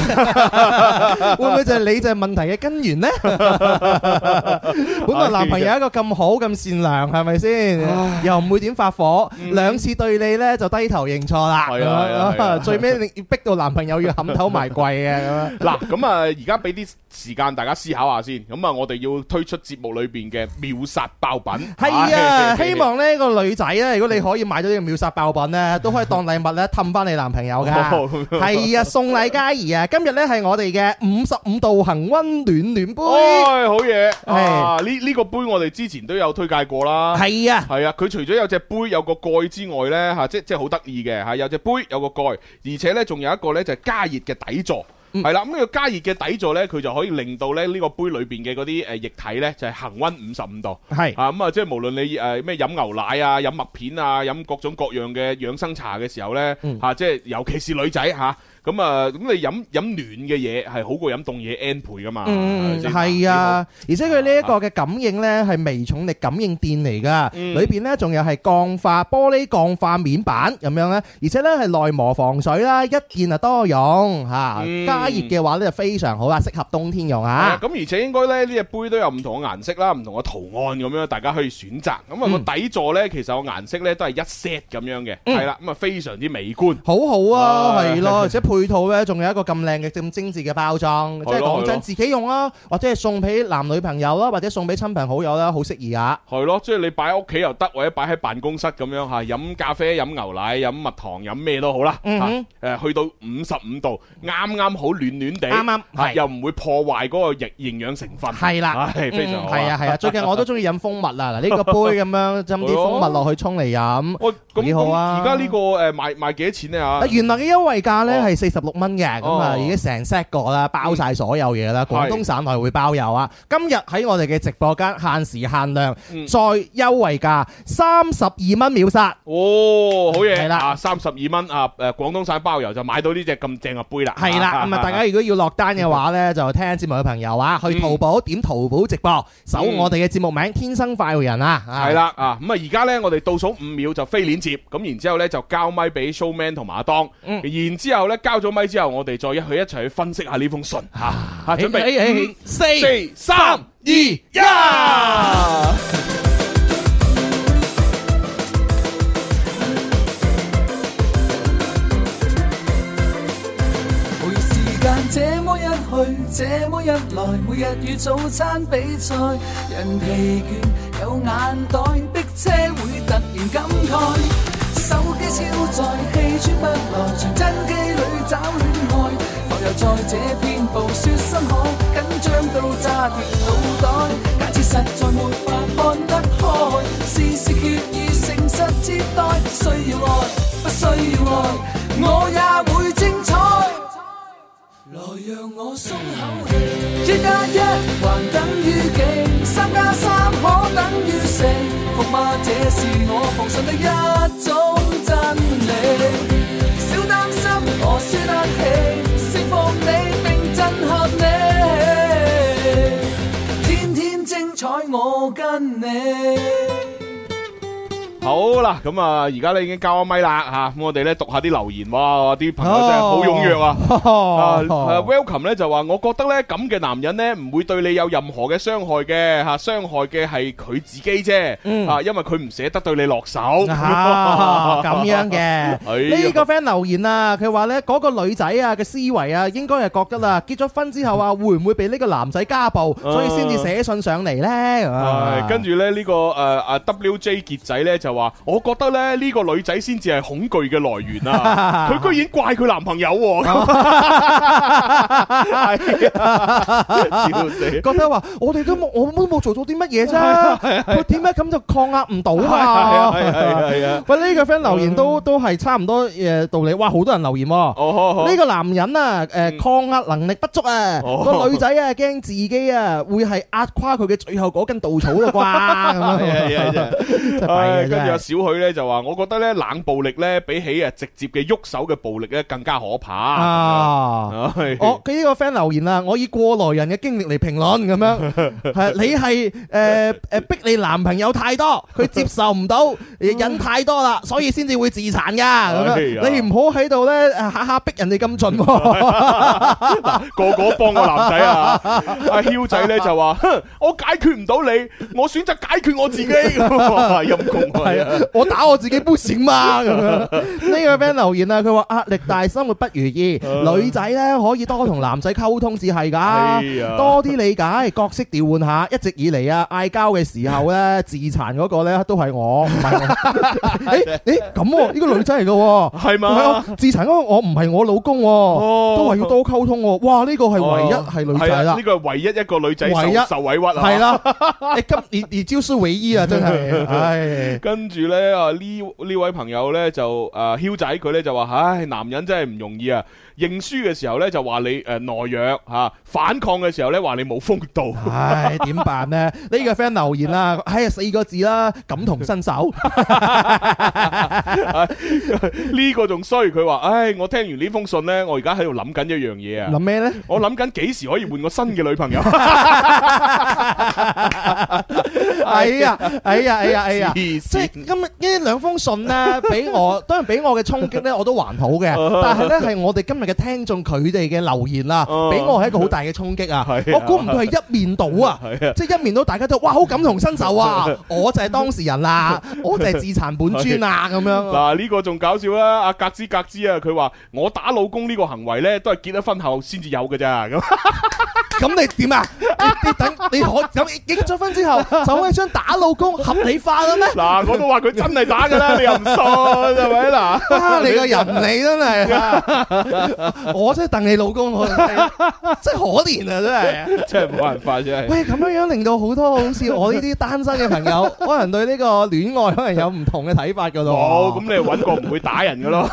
S3: 會唔會就係你就係問題嘅根源咧？本來男朋友一個咁好咁善良，係咪先？又唔會點發火，兩次對你咧就低頭認錯啦。
S2: 係啊係啊係啊
S3: 最尾你逼到男朋友要冚頭埋櫃嘅咁樣。
S2: 嗱，咁啊，而家俾啲時間大家思考下先。咁啊，我哋要推出節目裏邊嘅秒殺爆品。 哎
S3: 係啊，希望呢個女仔呢，如果你可以買到呢個秒殺爆品 呢，都可以當禮物呢氹翻你男朋友噶
S2: 哦咁。樣
S3: 係啊，送禮佳怡啊！今日呢係我哋嘅五十五度恒温暖暖杯。
S2: 哎，好嘢
S3: 係
S2: 啊！呢呢個杯我哋之前都有推介過啦。
S3: 係啊，
S2: 係啊，佢除咗有隻杯有個蓋之外呢，嚇，即即係好得意嘅嚇，有隻杯有個蓋，而且呢仲有一個呢就係加熱嘅底座。
S3: 嗯
S2: 係啦，咁呢個加熱嘅底座呢，佢就可以令到咧呢個杯裏邊嘅嗰啲誒液體呢，就係恒温五十五度。
S3: 係
S2: 啊，咁啊，即係無論你誒咩飲牛奶啊、飲麥片啊、飲各種各樣嘅養生茶嘅時候呢，
S3: 嗯
S2: 嚇，即係尤其是女仔嚇，咁啊，咁你飲飲暖嘅嘢係好過飲凍嘢 N 倍噶嘛。
S3: 嗯，
S2: 咪先
S3: 係啊，而且佢呢一個嘅感應呢係微重力感應墊嚟噶，
S2: 嗯
S3: 裏邊呢仲有係鋼化玻璃鋼化面板咁樣呢，而且呢係內磨防水啦，一件啊多用嚇
S2: 嗯，
S3: 加熱嘅話呢就非常好啦，啊適合冬天用
S2: 係啊
S3: 啊。
S2: 咁而且應該咧呢只杯都有唔同嘅顏色啦，唔同嘅圖案咁樣，大家可以選擇。咁啊
S3: 嗯
S2: 個底座呢，其實個顏色呢都係一 set 咁樣嘅，係啦，咁啊非常之美觀。
S3: 好好啊，
S2: 唉
S3: 係咯， 而且配套咧，仲有一個咁靚嘅咁精緻嘅包裝，即
S2: 係
S3: 係
S2: 咯
S3: 講
S2: 係咯
S3: 真，自己用啦，或者係送俾男女朋友啦，啊或者送俾親朋好友啦，好適宜啊！
S2: 係咯，即係你擺喺屋企又得，或者擺喺辦公室咁樣吓，飲咖啡、飲牛奶、飲蜜糖、飲咩都好啦。
S3: 嗯
S2: 吓
S3: 哼
S2: 誒，去到五十五度，啱啱好暖暖地，
S3: 啱啱
S2: 吓
S3: 係
S2: 又唔會破壞嗰個營營養成分。
S3: 係啦，
S2: 係非常好。
S3: 係啊係 啊，最近我都中意飲蜂蜜啊啦，嗱呢個杯咁樣斟啲蜂蜜落去沖嚟 飲。
S2: 喂，咁
S3: 幾好啊
S2: 咁而家呢個誒賣賣幾多錢呢？
S3: 啊
S2: 吓？
S3: 原來嘅優惠價咧
S2: 哦
S3: 係四十六蚊嘅，咁啊
S2: 哦
S3: 已經成 set 過啦，包晒所有嘢啦。
S2: 係
S3: 廣東省內會包郵啊！今日喺我哋嘅直播間限時限量，
S2: 嗯
S3: 再優惠價三十二蚊秒殺。
S2: 哦，好嘢！
S3: 係啦
S2: 啊，三十二蚊啊，誒，廣東省包郵就買到呢只咁正嘅杯啦。
S3: 係 啦，咁啊，大家如果要落單嘅話呢，就聽節目嘅朋友啊，去淘寶點淘寶直播，搜我哋嘅節目名《天生快活人》啊，啊
S2: 係，啦啊，咁啊，而家呢，我哋倒數五秒就飛鏈接，咁然之後咧就交咪俾 Showman 同埋阿當，
S3: 嗯
S2: 然之後咧交咗咪之後，我哋再一去一齊去分析下呢封信吓，啊，準
S3: 哎哎哎
S2: 備五、
S3: 四
S2: 四、三、二、一。
S10: 每時間這麼一去，這麼一來，每日與早餐比賽，人疲倦有眼袋，逼車會突然感慨，手機超載，氣喘不來，傳真機裏找戀愛，浮游在這片暴雪深海，緊張到炸斷腦袋，假設實在沒法看得開，事事決意誠實接待，不需要愛，不需要愛，我也會精彩。來讓我鬆口氣，一加一還等於幾？三加三可等於四？伏嗎？這是我奉信的一種真理。小擔心，我輸得起，釋放你並震撼你，天天精彩我跟你。
S2: 好啦，咁啊，而家咧已經交咗咪啦吓，咁我哋咧讀下啲留言，哇，啲朋友真係好踴躍啊！
S3: 哦
S2: 啊啊，Welcome 咧就話，我覺得咧咁嘅男人咧唔會對你有任何嘅傷害嘅吓，傷害嘅係佢自己啫，啊，因為佢唔捨得對你落手。
S3: 嗯 啊，咁樣嘅。呢
S2: 呢
S3: 個 friend 留言啊，佢話呢嗰個女仔啊嘅思維啊，應該係覺得啦，結咗婚之後啊，會唔會被呢個男仔家暴，所以先至寫信上嚟呢？
S2: 唉
S3: 啊
S2: 跟住咧呢個誒啊 WJ 傑仔咧就話，我覺得咧呢個女仔先至係恐懼嘅來源 啊！佢居然怪佢男朋友喎， 係 啊 笑死！
S3: 覺得話我哋都冇，我都冇做到啲乜嘢啫，
S2: 啊
S3: 佢點解咁就抗壓唔到
S2: 係啊
S3: 啊？
S2: 係啊係啊係啊
S3: 喂，呢個 friend 留言都都係差唔多呃誒道理，哇，好多人留言
S2: 喎。
S3: 呢個男人啊，誒抗壓能力不足啊，
S2: 嗯哦
S3: 個女仔啊驚自己啊會係壓垮佢嘅最後嗰根稻草啦啩 咁
S2: 係啊係啊
S3: 樣
S2: 係啊
S3: 真係弊啊
S2: 唉
S3: 真係
S2: 跟住阿小許咧就話，我覺得咧冷暴力咧比起啊直接嘅喐手嘅暴力咧更加可怕。
S3: 啊！
S2: 唉
S3: 我佢呢個 friend 留言啦，我以過來人嘅經歷嚟評論咁 樣，係你係誒誒逼你男朋友太多，佢接受唔 到，忍太多啦，所以先至會自殘噶咁
S2: 哎呀
S3: 樣。你唔好喺度咧下下逼人哋咁 盡
S2: 嗱
S3: 喎。
S2: 個個幫個男仔 啊！阿囂仔咧就話： 哼我解決唔到你，我選擇解決我自己。哇陰公
S3: 係啊，我打我自己杯閃 嘛咁樣。呢個 friend 留言啊，佢話壓力大，生活不如 意，
S2: 嗯
S3: 女仔呢可以多同男仔溝通至係
S2: 係啊
S3: 㗎，多啲理解，角色調換下。一直以嚟啊，嗌交嘅時候呢， 自殘嗰個呢都係我，唔係我。誒誒咁喎，呢個女仔嚟嘅喎，
S2: 係嘛哦
S3: 啊自殘嗰個我唔係我老公喎，都話要多溝通喎。哇，呢個係唯一係女
S2: 係
S3: 仔
S2: 啊
S3: 啦
S2: 呢。個係唯一一個女仔受
S3: 唯一
S2: 受委屈啊！
S3: 係啦，誒今你你招數唯一啊，真 係，唉。
S2: 跟住呢，啊呢呢位朋友呢，就誒囂仔佢呢就話：唉，男人真係唔容易啊！認輸嘅時候呢，就話你誒懦弱嚇，反抗嘅時候呢，話你冇風度。
S3: 唉，點辦呢？呢個 friend 留言啦，唉，四個字啦，感同身受。
S2: 呢個仲衰，佢話：唉，我聽完呢封信呢，我而家喺度諗緊一樣嘢啊！
S3: 諗咩呢？
S2: 我諗緊幾時可以換個新嘅女 朋友。
S3: 哎呀，哎呀，哎呀，哎呀！
S2: 黐
S3: 即
S2: 線
S3: 係今日呢兩封信呢，俾我當然俾我嘅衝擊呢，我都還好嘅。但係呢，係我哋今日嘅聽眾佢哋嘅留言啦，俾我係一個好大嘅衝擊啊！
S12: 係啊
S3: 我估唔到係一面倒啊
S12: 係啊！
S3: 即係一面倒，大家都哇好感同身受啊！我就係當事人啦，我就係自殘本尊啊咁樣。
S2: 嗱，呢個仲搞笑啦！阿格之格之啊，佢話我打老公呢個行為呢，都係結咗婚後先至有嘅 咋咁。
S3: 咁你點啊？你你等你可咁結咗婚之 後，就可以將打老公合理化啦咩？
S2: 嗱，我都話佢真係打㗎啦，你又唔信係咪嗱？
S3: 啊！你個人你真 係啊，我真係戥你老公，我真 係真係可憐啊！真係。
S2: 真係冇辦法真
S3: 喂，
S2: 係。
S3: 咁樣樣令到好多好似我呢啲單身嘅朋 友，可能對呢個戀愛可能有唔同嘅睇法噶
S2: 冇，
S3: 咯。
S2: 咁你揾個唔會打人 嘅咯，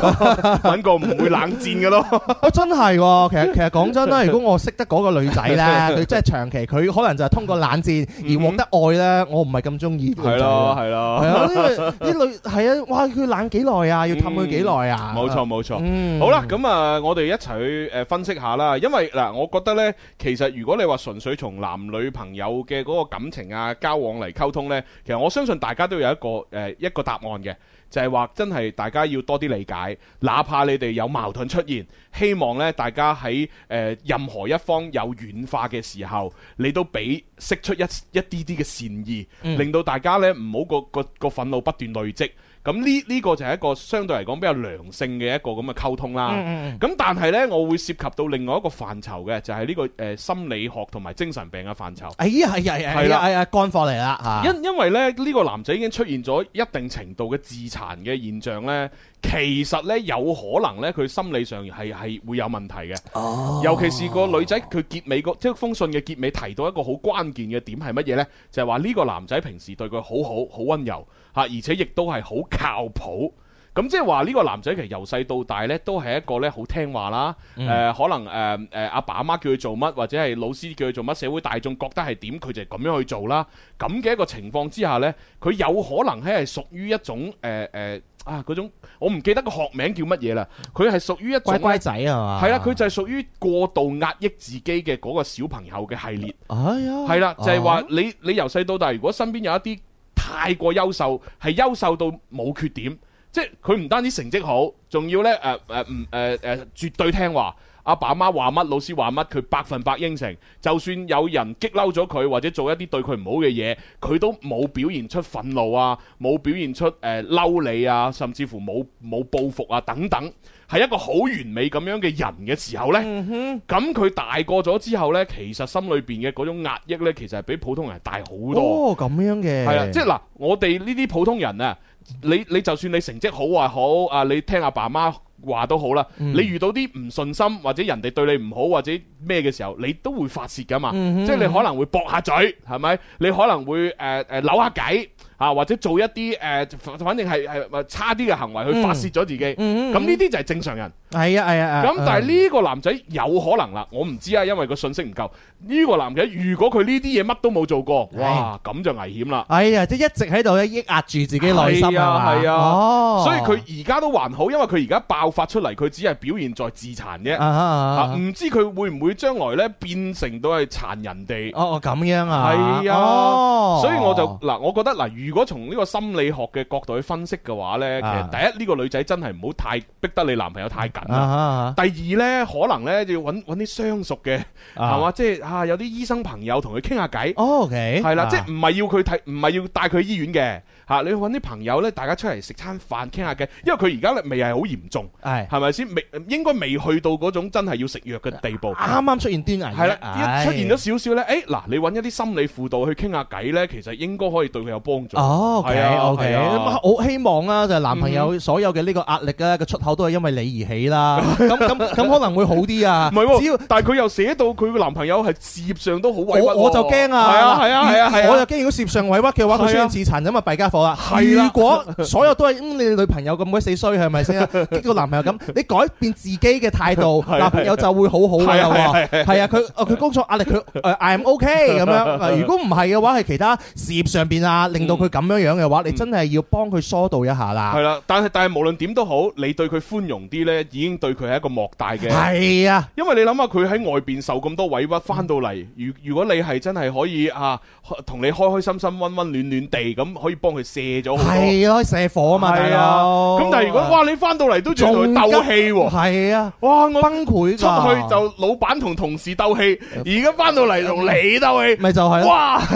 S2: 揾個唔會冷戰嘅咯。
S3: 啊，真係喎！其實其實講真啦，如果我識得嗰個女仔 咧，佢真係長期佢可能就係通過冷戰而獲得愛咧，我唔係咁中意。
S2: 係咯，係咯，
S3: 係啊，呢個啲女係啊，哇！佢冷幾耐啊？要氹佢幾耐啊？
S2: 冇錯冇錯
S3: 嗯，
S2: 好啦，咁啊，我哋一齊去誒分析下啦。因為嗱，我覺得呢，其實如果你話純粹從男女朋友嘅嗰個感情啊交往嚟溝通呢，其實我相信大家都有一個誒、呃一個答案嘅，就係話真係大家要多啲理解，哪怕你哋有矛盾出現，希望呢大家喺誒、呃任何一方有軟化嘅時候，你都俾釋出一一啲啲嘅善意，
S13: 嗯
S2: 令到大家呢唔好個個個憤怒不斷累積。咁呢呢個就係一個相對嚟講比較良性嘅一個咁嘅溝通啦。
S13: 嗯嗯
S2: 咁但係呢，我會涉及到另外一個範疇嘅，就係、呢、個誒、呃心理學同埋精神病嘅範疇。
S3: 哎呀，係呀，係呀，係呀，係呀，乾貨嚟啦嚇。
S2: 因因為咧呢、呢個男仔已經出現咗一定程度嘅自殘嘅現象呢，其實呢，有可能呢，佢心理上係係會有問題嘅。尤其是個女仔佢結尾個即係封信嘅結尾提到一個好關鍵嘅點係乜嘢呢？就係話呢個男仔平時對佢好好好温柔嚇，而且亦都係好靠譜。咁即係話呢個男仔其實由細到大呢，都係一個呢好聽話啦，誒、
S13: 嗯
S2: 可能誒誒阿爸阿媽叫佢做乜，或者係老師叫佢做乜，社會大眾覺得係點，佢就係咁樣去做啦。咁嘅一個情況之下呢，佢有可能係係屬於一種誒誒、啊嗰種，我唔記得個學名叫乜嘢啦。佢係屬於一種
S3: 乖乖仔啊嘛
S2: 係啦，佢就係屬於過度壓抑自己嘅嗰個小朋友嘅系列。
S3: 哎呀，
S2: 係啦，就係話
S3: 啊
S2: 你你由細到大，如果身邊有一啲太過優秀，係優秀到冇缺點，即係佢唔單止成績好，仲要呢誒誒唔誒誒絕對聽話。阿爸媽話乜，老師話乜，佢百分百應承。就算有人激嬲咗佢，或者做一啲對佢唔好嘅嘢，佢都冇表現出憤怒啊，冇表現出誒嬲、你啊，甚至乎冇冇報復啊等等，係一個好完美咁樣嘅人嘅時候呢。
S3: 嗯
S2: 咁佢、大個咗之後呢，其實心裏邊嘅嗰種壓抑呢，其實係比普通人大好多。
S3: 哦，咁樣嘅，
S2: 係啊，即係嗱，我哋呢啲普通人啊，你你就算你成績好話好啊，你聽阿爸媽話都好啦，
S3: 嗯
S2: 你遇到啲唔順心或者人哋對你唔好或者咩嘅時候，你都會發泄噶嘛，
S7: 嗯哼
S2: 即係你可能會駁下嘴，係咪？你可能會誒誒、呃扭下偈。啊，或者做一啲誒、呃反反正係係呃差啲嘅行為去發泄咗自己，咁
S3: 嗯嗯嗯
S2: 呢啲就係正常人。
S3: 係啊，係啊，
S2: 咁但係
S3: 呢
S2: 呢個男仔有可能啦，我唔知啊，因為個信息唔夠。呢、個男仔如果佢呢啲嘢乜都冇做過，哇，咁就危險啦。
S3: 哎呀，即係一直喺度咧抑壓住自己內心
S2: 係啊，
S3: 嘛
S2: 係啊
S3: 哦，，
S2: 所以佢而家都還好，因為佢而家爆發出嚟，佢只係表現在自殘啫。
S3: 啊哈啊哈
S2: 啊唔知佢會唔會將來咧變成到係殘人哋？
S3: 哦哦咁樣啊，
S2: 係啊
S3: 哦，
S2: 所以我就嗱，我覺得嗱，如果從呢個心理學嘅角度去分析嘅話呢，其實
S3: 啊
S2: 第一呢個女仔真係唔好太逼得你男朋友太緊
S3: 啊哈
S2: 啦
S3: 啊。
S2: 第二呢，可能呢要揾揾啲相熟嘅，
S3: 啊
S2: 係嘛，即係啊有啲醫生朋友同佢傾下偈。
S3: OK，
S2: 係啦，
S3: 啊
S2: 即係唔係要佢睇，唔係要帶佢去醫院嘅嚇，你要揾啲朋友呢，大家出嚟食餐飯傾下偈，因為佢而家咧未係好嚴重，
S3: 啊係
S2: 係咪先？未應該未去到嗰種真係要食藥嘅地步。
S3: 啊啱啱出現端倪啫，
S2: 係啦，
S3: 唉
S2: 一出現咗少少呢，誒嗱，你揾一啲心理輔導去傾下偈呢，其實應該可以對佢有幫助。
S3: 哦
S2: 係啊
S3: ，OK，OK，
S2: 係啊
S3: 咁啊好希望啦，就係男朋友
S2: 嗯
S3: 所有嘅呢個壓力咧，個出口都係因為你而起 啦。咁咁咁可能會好啲啊。
S2: 唔係喎，但係佢又寫到佢個男朋友係事業上都好委屈喎
S3: 我我就驚啊！
S2: 係啊係啊係啊係啊！
S3: 我就驚如果涉上委屈嘅話，
S2: 係啊
S3: 佢出現自殘咁啊弊家伙啦。
S2: 係啦
S3: 如果所有都係嗯你女朋友咁鬼死衰係咪先啊？激到男朋 友咁，你改變自己嘅態度，
S14: 係
S3: 男朋友就會好好㗎
S14: 係
S3: 啦
S14: 係係
S3: 喎。係啊，佢哦佢工作壓 力佢誒 I'm OK 咁樣。呃如果唔係嘅話，係其他事業上邊啊，令到佢咁樣樣嘅話，你真係要幫佢疏導一下啦。
S2: 係啦，但係但係無論點都好，你對佢寬容啲呢，已經對佢係一個莫大嘅。
S3: 係啊，
S2: 因為你諗下佢喺外邊受咁多委屈，翻到嚟，如如果你係真係可以啊，同你開開心心、溫溫暖暖地咁，可以幫佢卸咗好多。
S3: 係咯，射火啊嘛，大
S2: 係啊，
S3: 佬。
S2: 咁但係如果哇，你翻到嚟都仲同佢鬥氣喎，
S3: 係啊，
S2: 哇，我
S3: 崩潰㗎
S2: 出去就老闆同同事鬥氣，而家翻到嚟同你鬥氣，
S3: 咪就係咯
S2: 哇，
S3: 好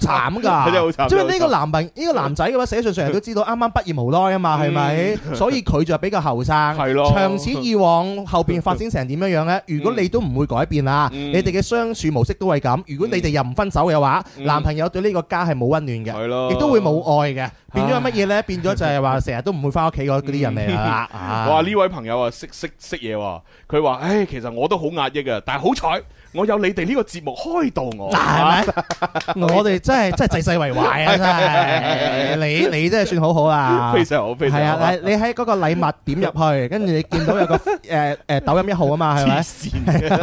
S3: 慘㗎，
S2: 真係好慘
S3: 即係呢
S2: 真係好
S3: 個
S2: 慘
S3: 男朋呢個男仔嘅話，寫信上人都知道啱啱畢業 無耐啊嘛，係咪？
S2: 嗯
S3: 所以佢就比較後生。係
S2: 咯
S3: 長此以往，後邊發展成點樣樣呢？如果你都唔會改變啦，
S2: 嗯
S3: 你哋嘅相處模式都係咁。如果你哋又唔分手嘅話，
S2: 嗯
S3: 男朋友對呢個家係冇温暖嘅，
S2: 咯
S3: 亦都會冇愛嘅。變咗係乜嘢呢？變咗就係話成日都唔會翻屋企嗰嗰啲人嚟 啦。啊
S2: 嗯哇！呢位朋友啊，識識識嘢喎，佢話：，唉，其實我都好壓抑啊，但係好彩我有你哋呢個節目開導 我，
S3: 係咪？ 我哋真係真係濟世為懷 啊！真係你你真係算好好啦，
S2: 非常好非常好
S3: 係啊！你你喺嗰個禮物點入去，跟住你見到有個 誒誒抖音一號啊嘛，係咪？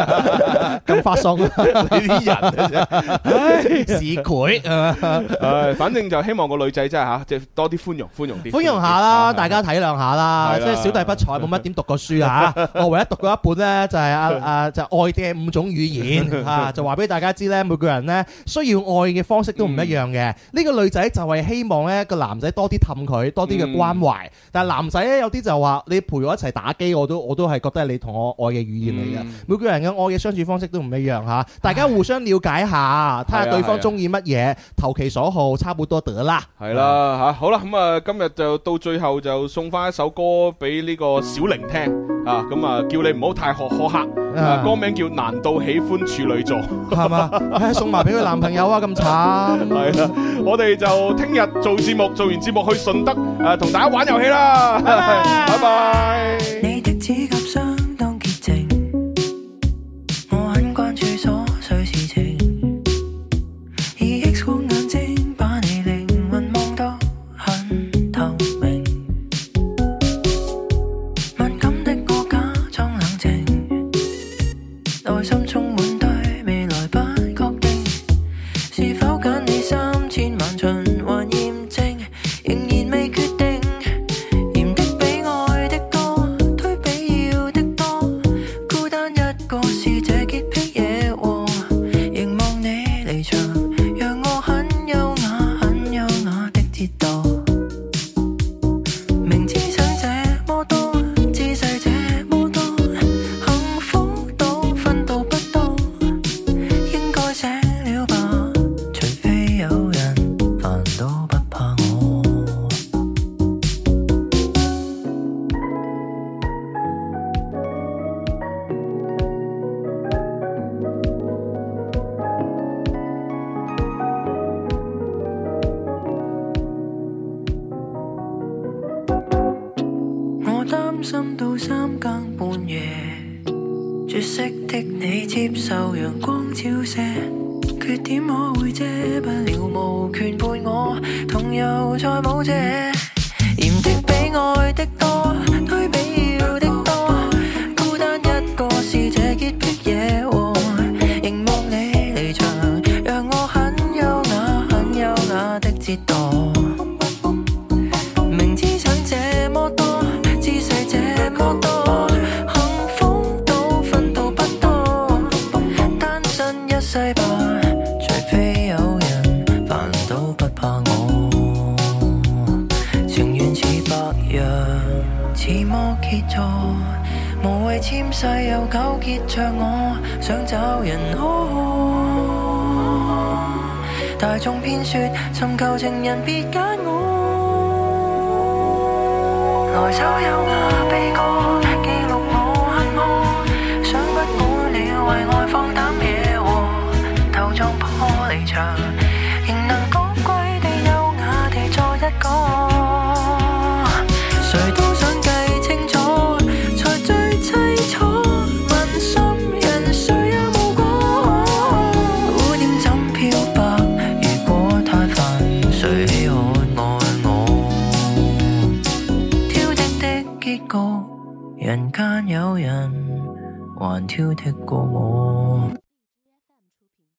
S3: 咁發送，你
S2: 啲人啊
S3: 市儈啊！
S2: 唉，反正就希望個女仔真係吓，即係多啲寬容，寬容啲，啊
S3: 寬容下啦，大家體諒下啦，
S2: 係
S3: 即
S2: 啦
S3: 係小弟不才，冇乜點讀過書啊！我唯一讀過一本呢，就係啊啊就愛嘅五種語言啊，就話俾大家知呢，每個人呢需要愛嘅方式都唔一樣嘅。呢個女仔就係希望呢個男仔多啲氹佢，多啲嘅關懷。但係男仔呢，有啲就話你陪我一齊打機，我都我都係覺得係你同我愛嘅語言嚟嘅。每個人嘅愛嘅相處方式都唔一樣嚇，大家互相了解下，睇下
S2: 係啊
S3: 對
S2: 係啊
S3: 方中意乜嘢，投其所好，差不多得啦。
S2: 系啦吓，好啦，咁啊，今日就到最後就送翻一首歌俾呢個小玲聽啊，咁啊，叫你唔好太學苛刻，啊
S3: 啊
S2: 歌名叫《難道喜歡處女座》，
S3: 係嘛？唉送埋俾佢男朋友啊，咁慘。
S2: 係啦，我哋就聽日做節目，做完節目去順德诶，同大家玩遊戲啦， 拜拜。
S15: 你的指甲相當潔淨，我很關注瑣碎事情，以 X 光眼睛把你靈魂望得很透明。敏感的我假裝冷靜，內心充滿對未來不確定，是否揀你三千萬循環驗證，仍然未決定。甜的比愛的多，推色的你接受陽光照射，缺點可會遮不了，無權伴我同遊在舞者。嫌的比愛的多，對比要的多，孤單一個是這潔癖惹禍。凝望你離場，讓我很優雅、很優雅的折墮。明知想這麼多，姿勢這麼多，幸福都分到不多。單身一世吧，除非有人煩到不怕我。情願似白羊，似摩羯座，無謂纖細又糾結着我，想找人可。大眾偏說尋求情人別揀我。來手有我悲歌，記錄我恨我，想不滿了為愛放膽惹禍，頭撞破離場，仍能高貴地優雅地做一個。誰都想計清楚，才最凄楚，問心人誰也無果。污點怎漂白？如果太煩，誰稀罕愛我？挑剔的結局，人間有人還挑剔過我。